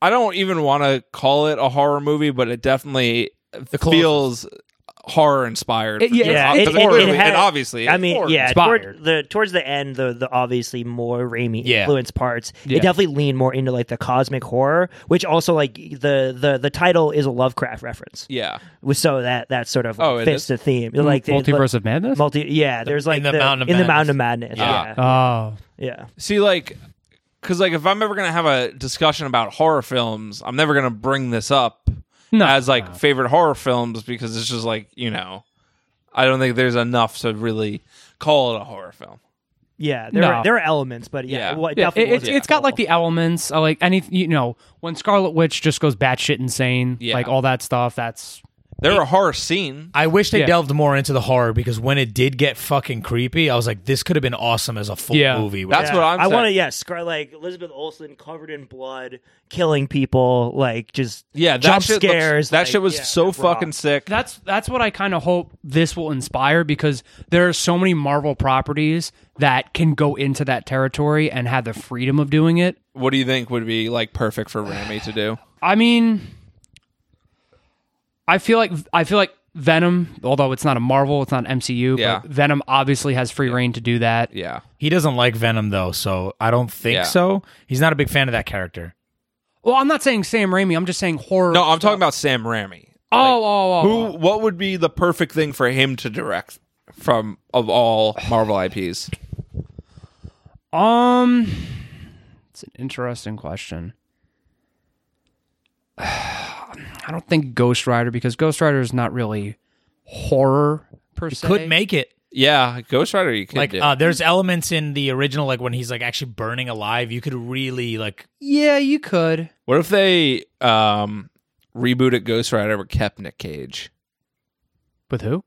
Speaker 2: I don't even want to call it a horror movie, but it definitely feels horror inspired.
Speaker 1: It- yeah,
Speaker 3: Yeah,
Speaker 1: it-
Speaker 3: it,
Speaker 1: it-
Speaker 2: clearly,
Speaker 3: had-
Speaker 2: and obviously,
Speaker 3: I
Speaker 2: it's
Speaker 3: mean,
Speaker 2: horror
Speaker 3: yeah,
Speaker 1: inspired.
Speaker 3: toward the towards the end, the the obviously more Raimi
Speaker 4: Yeah.
Speaker 3: influence parts,
Speaker 1: Yeah.
Speaker 3: it definitely leaned more into like the cosmic horror, which also like the the the title is a Lovecraft reference,
Speaker 2: Yeah.
Speaker 3: so that that sort of like,
Speaker 2: Oh, it
Speaker 3: fits
Speaker 2: is?
Speaker 3: the theme, like the-
Speaker 1: Multiverse of Madness.
Speaker 3: multi, yeah. There's like
Speaker 4: the Mountain of
Speaker 3: in the
Speaker 4: Madness.
Speaker 3: mountain of madness,
Speaker 2: Yeah.
Speaker 3: yeah,
Speaker 1: oh,
Speaker 3: yeah.
Speaker 2: See, like, because like if I'm ever gonna have a discussion about horror films, I'm never gonna bring this up
Speaker 1: No.
Speaker 2: as like favorite horror films because it's just like you know, I don't think there's enough to really call it a horror film.
Speaker 3: Yeah, there,
Speaker 1: No.
Speaker 3: are, there are elements, but yeah,
Speaker 2: Yeah.
Speaker 3: Well, it
Speaker 1: Yeah,
Speaker 3: definitely
Speaker 1: it, it's,
Speaker 3: wasn't
Speaker 1: it's got like
Speaker 3: awful.
Speaker 1: the elements, uh, like any you know, when Scarlet Witch just goes batshit insane,
Speaker 2: Yeah.
Speaker 1: like all that stuff. That's
Speaker 2: There are horror scene.
Speaker 4: I wish they
Speaker 1: Yeah.
Speaker 4: delved more into the horror because when it did get fucking creepy, I was like, "This could have been awesome as a full
Speaker 1: Yeah.
Speaker 4: movie."
Speaker 2: That's
Speaker 3: Yeah.
Speaker 2: what I'm.
Speaker 3: I
Speaker 2: saying.
Speaker 3: want to. Yeah, Scar like Elizabeth Olsen covered in blood, killing people, like just
Speaker 2: Yeah, that
Speaker 3: jump
Speaker 2: shit looks-
Speaker 3: scares.
Speaker 2: that
Speaker 3: like,
Speaker 2: shit was
Speaker 3: yeah,
Speaker 2: so
Speaker 3: raw.
Speaker 2: fucking sick.
Speaker 1: that's that's what I kind of hope this will inspire because there are so many Marvel properties that can go into that territory and have the freedom of doing it.
Speaker 2: what do you think would be like perfect for Rami to do?
Speaker 1: I mean, I feel like I feel like Venom, although it's not a Marvel, it's not MCU,
Speaker 2: Yeah.
Speaker 1: but Venom obviously has free reign to do that.
Speaker 2: Yeah.
Speaker 4: he doesn't like Venom though, so I don't think
Speaker 2: Yeah.
Speaker 4: so. He's not a big fan of that character.
Speaker 1: Well, I'm not saying Sam Raimi. I'm just saying horror.
Speaker 2: No, I'm talking about Sam Rami.
Speaker 1: oh, oh, oh,
Speaker 2: Who? What would be the perfect thing for him to direct from of all Marvel IPs?
Speaker 1: oh. Um, it's an interesting question. I don't think Ghost Rider because Ghost Rider is not really horror per se.
Speaker 4: Could make it.
Speaker 2: Yeah, Ghost Rider. You could
Speaker 4: like
Speaker 2: do.
Speaker 4: uh, there's elements in the original like when he's like actually burning alive you could really like
Speaker 1: yeah, you could.
Speaker 2: What if they um rebooted Ghost Rider but kept Nick Cage?
Speaker 1: With who?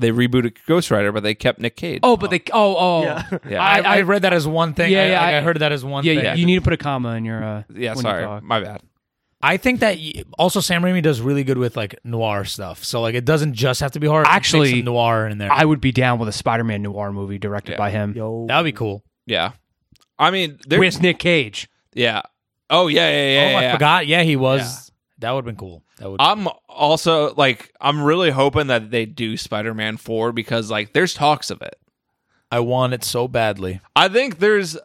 Speaker 2: They rebooted Ghost Rider, but they kept Nick Cage.
Speaker 1: Oh, but they. Oh, oh.
Speaker 3: Yeah.
Speaker 2: yeah,
Speaker 4: I,
Speaker 1: I-
Speaker 4: I,
Speaker 1: I-
Speaker 4: read that as one thing
Speaker 1: Yeah,
Speaker 4: I,
Speaker 1: yeah,
Speaker 4: like, I,
Speaker 1: I-
Speaker 4: heard that as one
Speaker 1: Yeah,
Speaker 4: thing
Speaker 1: yeah, you need to put a comma in your. Uh,
Speaker 2: yeah.
Speaker 1: when you
Speaker 2: Sorry,
Speaker 1: talk.
Speaker 2: my bad.
Speaker 4: i think that y- also sam raimi does really good with like noir stuff so like it doesn't just have to be horror It can mix
Speaker 1: Actually,
Speaker 4: some noir in there
Speaker 1: I would be down with a Spider-Man noir movie directed
Speaker 2: Yeah.
Speaker 1: by him
Speaker 3: Yo,
Speaker 4: that would be cool
Speaker 2: Yeah, I mean, there.
Speaker 1: with Nick Cage.
Speaker 2: yeah. Oh yeah, yeah, yeah.
Speaker 4: oh i
Speaker 2: yeah, yeah.
Speaker 4: forgot yeah he was that would have been cool that would
Speaker 2: I'm also like, I'm really hoping that they do Spider-Man Four because like, there's talks of it.
Speaker 4: i want it so badly
Speaker 2: I think there's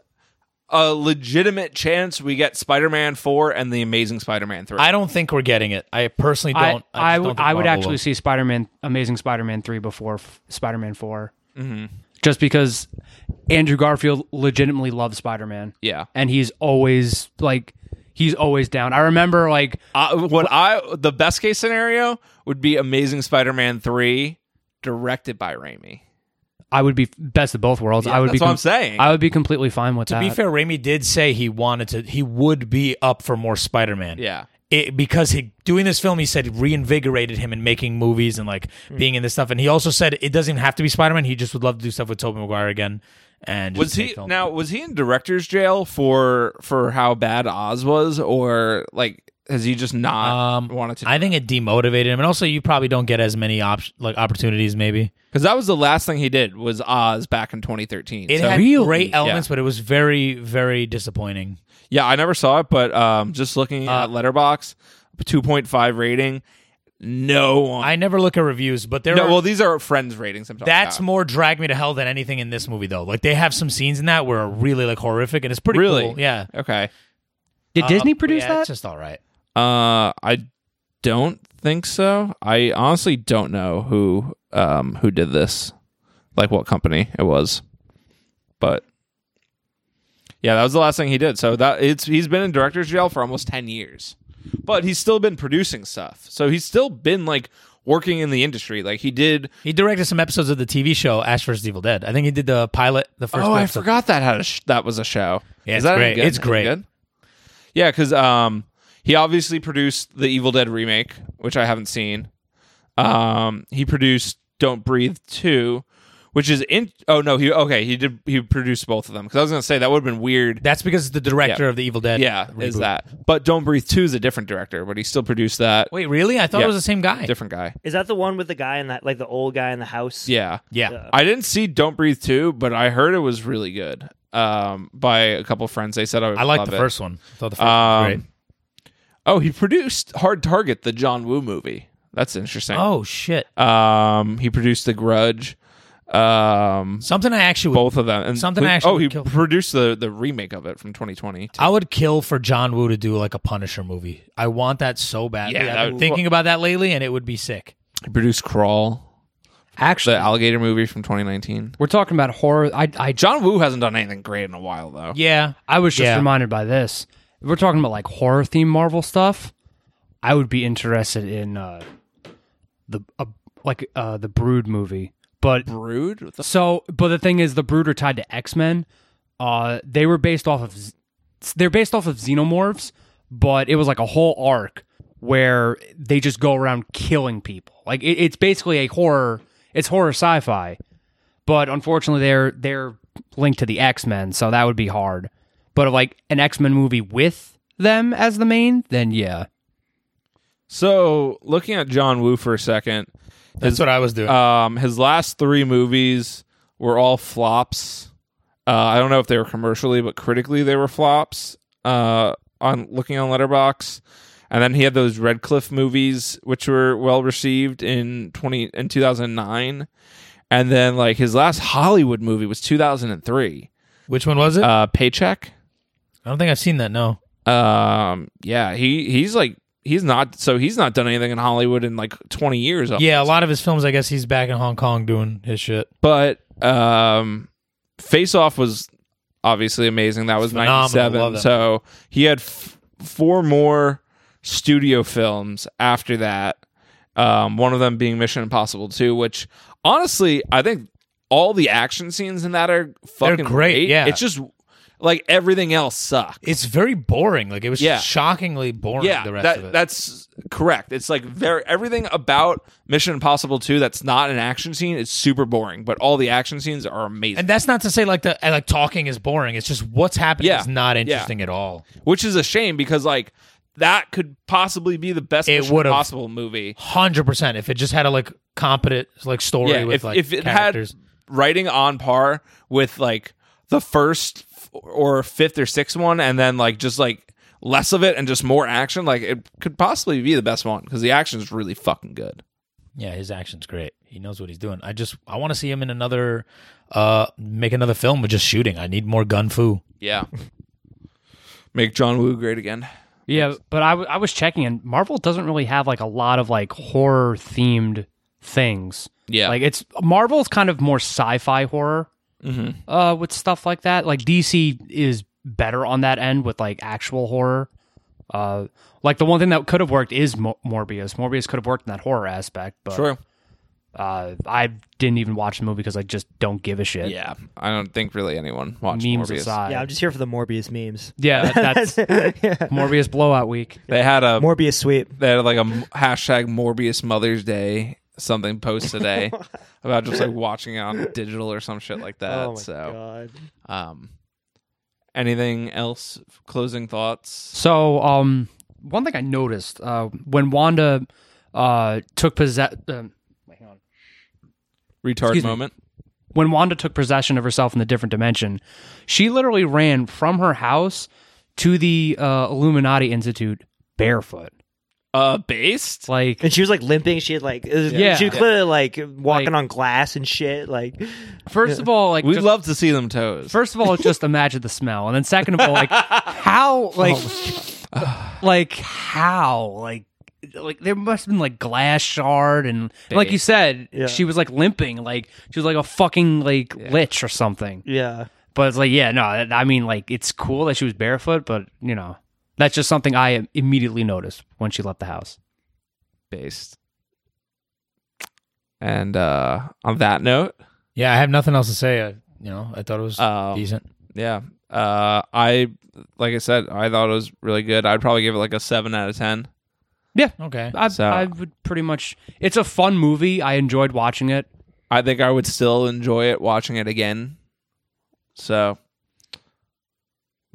Speaker 2: a legitimate chance we get Spider-Man Four and the Amazing Spider-Man Three.
Speaker 4: i don't think we're getting it i personally
Speaker 1: I,
Speaker 4: don't
Speaker 1: I,
Speaker 4: just don't
Speaker 1: would
Speaker 4: think
Speaker 1: I would
Speaker 4: Marvel
Speaker 1: actually
Speaker 4: will.
Speaker 1: see Spider-Man, Amazing Spider-Man three before f- Spider-Man 4
Speaker 4: Mm-hmm.
Speaker 1: just because Andrew Garfield legitimately loves Spider-Man.
Speaker 2: Yeah.
Speaker 1: and he's always like, he's always down. I remember like,
Speaker 2: I, what I the best case scenario would be Amazing Spider-Man three, directed by Raimi.
Speaker 1: I would be best of both worlds. I would
Speaker 2: that's
Speaker 1: be.
Speaker 2: what I'm saying.
Speaker 1: I would be completely fine with that.
Speaker 4: To be fair, Raimi did say he wanted to. He would be up for more Spider-Man.
Speaker 2: Yeah.
Speaker 4: It, because he doing this film, he said it reinvigorated him in making movies and like being in this stuff. And he also said it doesn't even have to be Spider-Man. He just would love to do stuff with Tobey Maguire again. And just
Speaker 2: Was
Speaker 4: make
Speaker 2: he
Speaker 4: film.
Speaker 2: now? Was he in director's jail for for how bad Oz was, or like has he just not
Speaker 4: Um,
Speaker 2: wanted to?
Speaker 4: I think it demotivated him, and also you probably don't get as many op- like opportunities. Maybe
Speaker 2: Because that was the last thing he did was Oz back in 2013.
Speaker 4: it
Speaker 2: so-
Speaker 4: had
Speaker 1: Really?
Speaker 4: great elements, but it was very, very disappointing.
Speaker 2: yeah, I never saw it, but um, just looking
Speaker 4: Uh,
Speaker 2: at Letterbox, 2.5 rating. No one.
Speaker 4: I never look at reviews, but there
Speaker 2: no,
Speaker 4: are,
Speaker 2: well, these are friends ratings. I'm talking
Speaker 4: that's
Speaker 2: about.
Speaker 4: more drag me to hell than anything in this movie, though. Like they have some scenes in that where are really like horrific, and it's pretty
Speaker 2: really
Speaker 4: cool. Yeah, Uh,
Speaker 2: Okay.
Speaker 1: did Disney produce
Speaker 4: yeah,
Speaker 1: that?
Speaker 4: It's just all right.
Speaker 2: Uh, I don't think so. I honestly don't know who um who did this, like what company it was, but yeah, that was the last thing he did. So that it's he's been in director's jail for almost ten years, but he's still been producing stuff. So he's still been like working in the industry. Like he did.
Speaker 4: He directed some episodes of the TV show Ash vs. Evil Dead. I think he did the pilot, the first.
Speaker 2: oh, I
Speaker 4: episode.
Speaker 2: forgot that had a sh- that was a show.
Speaker 4: Yeah,
Speaker 2: Is
Speaker 4: it's
Speaker 2: that any
Speaker 4: great.
Speaker 2: good?
Speaker 4: It's
Speaker 2: Is it
Speaker 4: great.
Speaker 2: good? Yeah, because um, he obviously produced the Evil Dead remake, which I haven't seen. Um, he produced Don't Breathe two, which is in. Oh no, he okay. He did. He produced both of them because I was gonna say that would have been weird.
Speaker 4: That's because it's the director
Speaker 2: Yeah.
Speaker 4: of the Evil Dead.
Speaker 2: yeah, is
Speaker 4: reboot.
Speaker 2: that? But Don't Breathe two is a different director, but he still produced that.
Speaker 4: Wait, really? I thought
Speaker 2: Yeah.
Speaker 4: it was the same guy.
Speaker 2: Different guy.
Speaker 3: Is that the one with the guy in that, like the old guy in the house?
Speaker 2: Yeah.
Speaker 4: Yeah.
Speaker 2: I didn't see Don't Breathe two, but I heard it was really good. Um, by a couple friends, they said I would
Speaker 4: I liked
Speaker 2: love
Speaker 4: the
Speaker 2: it.
Speaker 4: first one. I thought the first one was
Speaker 2: Um,
Speaker 4: great.
Speaker 2: Oh, he produced Hard Target, the John Woo movie. That's interesting.
Speaker 4: Oh shit!
Speaker 2: Um, he produced The Grudge. Um,
Speaker 4: Something I actually would,
Speaker 2: both of them. And
Speaker 4: Something I actually
Speaker 2: Oh, he
Speaker 4: would kill-
Speaker 2: produced the the remake of it from 2020.
Speaker 4: I would kill for John Woo to do like a Punisher movie. I want that so badly.
Speaker 2: Yeah, that
Speaker 4: I've been
Speaker 2: would-
Speaker 4: thinking about that lately, and it would be sick.
Speaker 2: He produced Crawl, the
Speaker 1: Actually,
Speaker 2: alligator movie from 2019.
Speaker 1: we're talking about horror. I I
Speaker 2: John Woo hasn't done anything great in a while though.
Speaker 4: Yeah,
Speaker 1: I was just
Speaker 4: Yeah.
Speaker 1: reminded by this. If we're talking about like horror themed Marvel stuff. I would be interested in uh, the uh, like uh, the Brood movie, but
Speaker 2: Brood. What the f-
Speaker 1: so but the thing is, the Brood are tied to X Men. Uh, they were based off of z- they're based off of xenomorphs, but it was like a whole arc where they just go around killing people. Like it, it's basically a horror. It's horror sci-fi, but unfortunately they're they're linked to the X-Men, so that would be hard. But like an X-Men movie with them as the main, then yeah.
Speaker 2: So looking at John Woo for a second,
Speaker 4: that's what I was doing.
Speaker 2: Um, his last three movies were all flops. Uh, I don't know if they were commercially, but critically they were flops. Uh, on looking on Letterbox, and then he had those Redcliffe movies, which were well received in twenty in two thousand nine, and then like his last Hollywood movie was two thousand and three.
Speaker 4: Which one was it?
Speaker 2: Uh, Paycheck.
Speaker 4: I don't think I've seen that. No.
Speaker 2: Um, yeah, he he's like he's not so he's not done anything in Hollywood in like twenty years.
Speaker 4: Yeah, a lot of his films. I guess he's back in Hong Kong doing his shit.
Speaker 2: but um face off was obviously amazing that was
Speaker 4: Phenomenal. Love
Speaker 2: 97
Speaker 4: that.
Speaker 2: so he had f- four more studio films after that um one of them being mission impossible 2 which honestly i think all the action scenes in that are fucking
Speaker 4: great, yeah.
Speaker 2: it's just like everything else sucks
Speaker 4: It's very boring. Like it was
Speaker 2: Yeah.
Speaker 4: shockingly boring.
Speaker 2: yeah,
Speaker 4: the rest
Speaker 2: that,
Speaker 4: of it.
Speaker 2: that's correct. It's like very everything about Mission Impossible 2 that's not an action scene is super boring, but all the action scenes are amazing.
Speaker 4: and that's not to say like the and, like talking is boring. It's just what's happening
Speaker 2: Yeah.
Speaker 4: is not
Speaker 2: Yeah.
Speaker 4: interesting at all.
Speaker 2: which is a shame because like that could possibly be the best
Speaker 4: It
Speaker 2: Mission
Speaker 4: would've.
Speaker 2: Impossible movie.
Speaker 4: Hundred percent. If it just had a like competent like story
Speaker 2: Yeah,
Speaker 4: with
Speaker 2: if,
Speaker 4: like
Speaker 2: if it
Speaker 4: characters.
Speaker 2: had writing on par with like the first f- or fifth or sixth one, and then like just like less of it and just more action, like it could possibly be the best one because the action is really fucking good.
Speaker 4: Yeah, his action's great. He knows what he's doing. I just I want to see him in another uh make another film with just shooting. I need more gun foo.
Speaker 2: Yeah, make John Woo great again.
Speaker 1: Yeah, but I, w- I was checking, and Marvel doesn't really have like a lot of like horror themed things.
Speaker 2: Yeah.
Speaker 1: like it's Marvel's kind of more sci-fi horror
Speaker 2: Mm-hmm.
Speaker 1: uh, with stuff like that. Like DC is better on that end with like actual horror. Uh, like the one thing that could have worked is Mo- Morbius. Morbius could have worked in that horror aspect, but
Speaker 2: True.
Speaker 1: Uh, I didn't even watch the movie because I just don't give a shit.
Speaker 2: Yeah, I don't think really anyone watched
Speaker 1: uh, Memes
Speaker 2: Morbius.
Speaker 1: aside.
Speaker 3: Yeah, I'm just here for the Morbius memes.
Speaker 1: Yeah, that's Morbius blowout week.
Speaker 2: They had a
Speaker 3: Morbius sweep.
Speaker 2: they had like a m- hashtag Morbius Mother's Day something post today about just like watching it on digital or some shit like that.
Speaker 3: oh my
Speaker 2: so,
Speaker 3: god.
Speaker 2: um, anything else? Closing thoughts?
Speaker 1: So, um, one thing I noticed uh, when Wanda uh, took possession. Um, wait, hang on.
Speaker 2: Retard
Speaker 1: Excuse me.
Speaker 2: moment.
Speaker 1: when Wanda took possession of herself in the different dimension, she literally ran from her house to the uh, Illuminati Institute barefoot.
Speaker 2: Uh, based.
Speaker 1: Like,
Speaker 3: And she was like limping. She had like it was-
Speaker 1: Yeah.
Speaker 3: She was clearly like walking
Speaker 1: Like-
Speaker 3: on glass and shit. Like
Speaker 1: first of all, like,
Speaker 2: We'd
Speaker 1: just-
Speaker 2: love to see them toes.
Speaker 1: first of all, just imagine the smell, and then second of all, like, how, like,
Speaker 3: Oh.
Speaker 1: like how, like. Like there must have been like glass shard and like you said,
Speaker 3: Yeah.
Speaker 1: she was like limping, like she was like a fucking like lich or something.
Speaker 3: yeah.
Speaker 1: But it's like, yeah, no, that- I mean, like, it's cool that she was barefoot, but you know, that's just something I immediately noticed when she left the house.
Speaker 2: based. And uh, on that note,
Speaker 4: Yeah, I have nothing else to say. I, you know, I thought it was
Speaker 2: Um,
Speaker 4: decent.
Speaker 2: yeah, uh, I like I said, I thought it was really good. I'd probably give it like a seven out of ten.
Speaker 4: Okay.
Speaker 1: I,
Speaker 2: So-
Speaker 1: I would pretty much. It's a fun movie. I enjoyed watching it.
Speaker 2: I think I would still enjoy it watching it again. So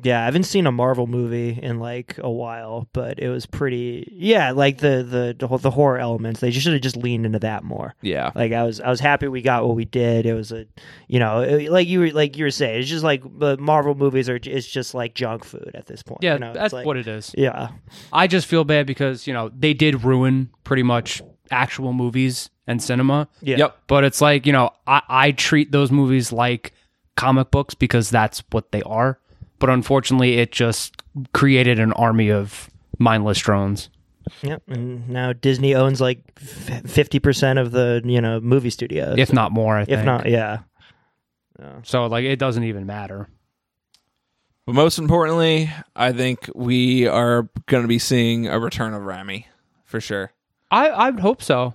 Speaker 3: Yeah, I haven't seen a Marvel movie in like a while, but it was pretty. Yeah, like the the the, whole, the horror elements. They just should have just leaned into that more.
Speaker 2: yeah,
Speaker 3: Like I was I was happy we got what we did. It was a you know it- like you were like you were saying it's just like the Marvel movies are it's just like junk food at this point.
Speaker 1: Yeah,
Speaker 3: you know? It's
Speaker 1: that's
Speaker 3: like-
Speaker 1: what it is.
Speaker 3: Yeah,
Speaker 1: I just feel bad because you know they did ruin pretty much actual movies and cinema.
Speaker 3: yeah,
Speaker 2: yep,
Speaker 1: But it's like you know I, I treat those movies like comic books because that's what they are. But unfortunately, it just created an army of mindless drones.
Speaker 3: Yep. And now Disney owns like fifty percent of the you know movie studios.
Speaker 1: if not more. I
Speaker 3: if
Speaker 1: think.
Speaker 3: not, yeah.
Speaker 1: so like it doesn't even matter.
Speaker 2: But most importantly, I think we are going to be seeing a return of Rami for sure.
Speaker 1: I I would hope so.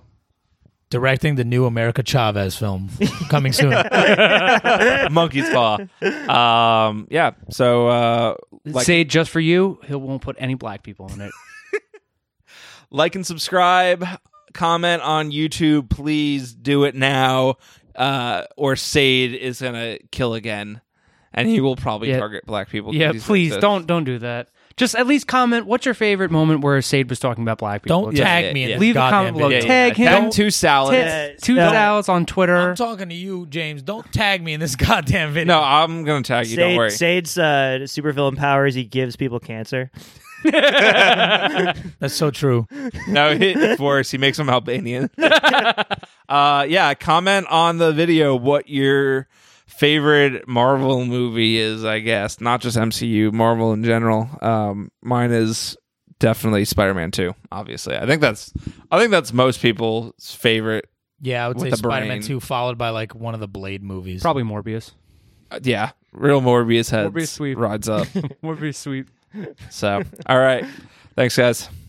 Speaker 4: Directing the new America Chavez film coming soon.
Speaker 2: Monkey's paw. Um, yeah. So uh, like,
Speaker 1: Say just for you, he won't put any black people in it.
Speaker 2: like and subscribe. Comment on YouTube, please do it now. Uh, or Sade is gonna kill again, and he will probably
Speaker 1: Yeah.
Speaker 2: target black people. 'cause
Speaker 1: yeah,
Speaker 2: he's
Speaker 1: please
Speaker 2: racist.
Speaker 1: don't don't do that. Just at least comment. What's your favorite moment where Sade was talking about black people?
Speaker 4: Don't
Speaker 1: Just
Speaker 4: tag
Speaker 2: yeah,
Speaker 4: me. in
Speaker 2: yeah.
Speaker 4: this
Speaker 1: Leave a
Speaker 4: goddamn
Speaker 1: comment below.
Speaker 4: video.
Speaker 2: Yeah,
Speaker 1: Tag
Speaker 2: yeah.
Speaker 1: him.
Speaker 2: Them two salads.
Speaker 1: Tits,
Speaker 3: Yeah.
Speaker 1: two
Speaker 3: Yeah.
Speaker 1: thousands on Twitter.
Speaker 4: I'm talking to you, James. Don't tag me in this goddamn video.
Speaker 2: No, I'm gonna tag you. don't worry.
Speaker 3: Sade, Sade's uh, supervillain powers. He gives people cancer.
Speaker 4: That's so true.
Speaker 2: No, he- it's worse. He makes them Albanian. uh, yeah, comment on the video what your favorite Marvel movie is, I guess. Not just MCU, Marvel in general. Um, mine is definitely Spider-Man 2, obviously. I think that's I think that's most people's favorite.
Speaker 4: Yeah, I would
Speaker 2: With
Speaker 4: say
Speaker 2: the
Speaker 4: Spider-Man
Speaker 2: brain.
Speaker 4: 2 followed by like one of the Blade movies.
Speaker 1: Probably Morbius.
Speaker 2: Uh, yeah, real Morbius heads
Speaker 1: Morbius sweep.
Speaker 2: rides up.
Speaker 1: Morbius sweet.
Speaker 2: so, all right. Thanks guys.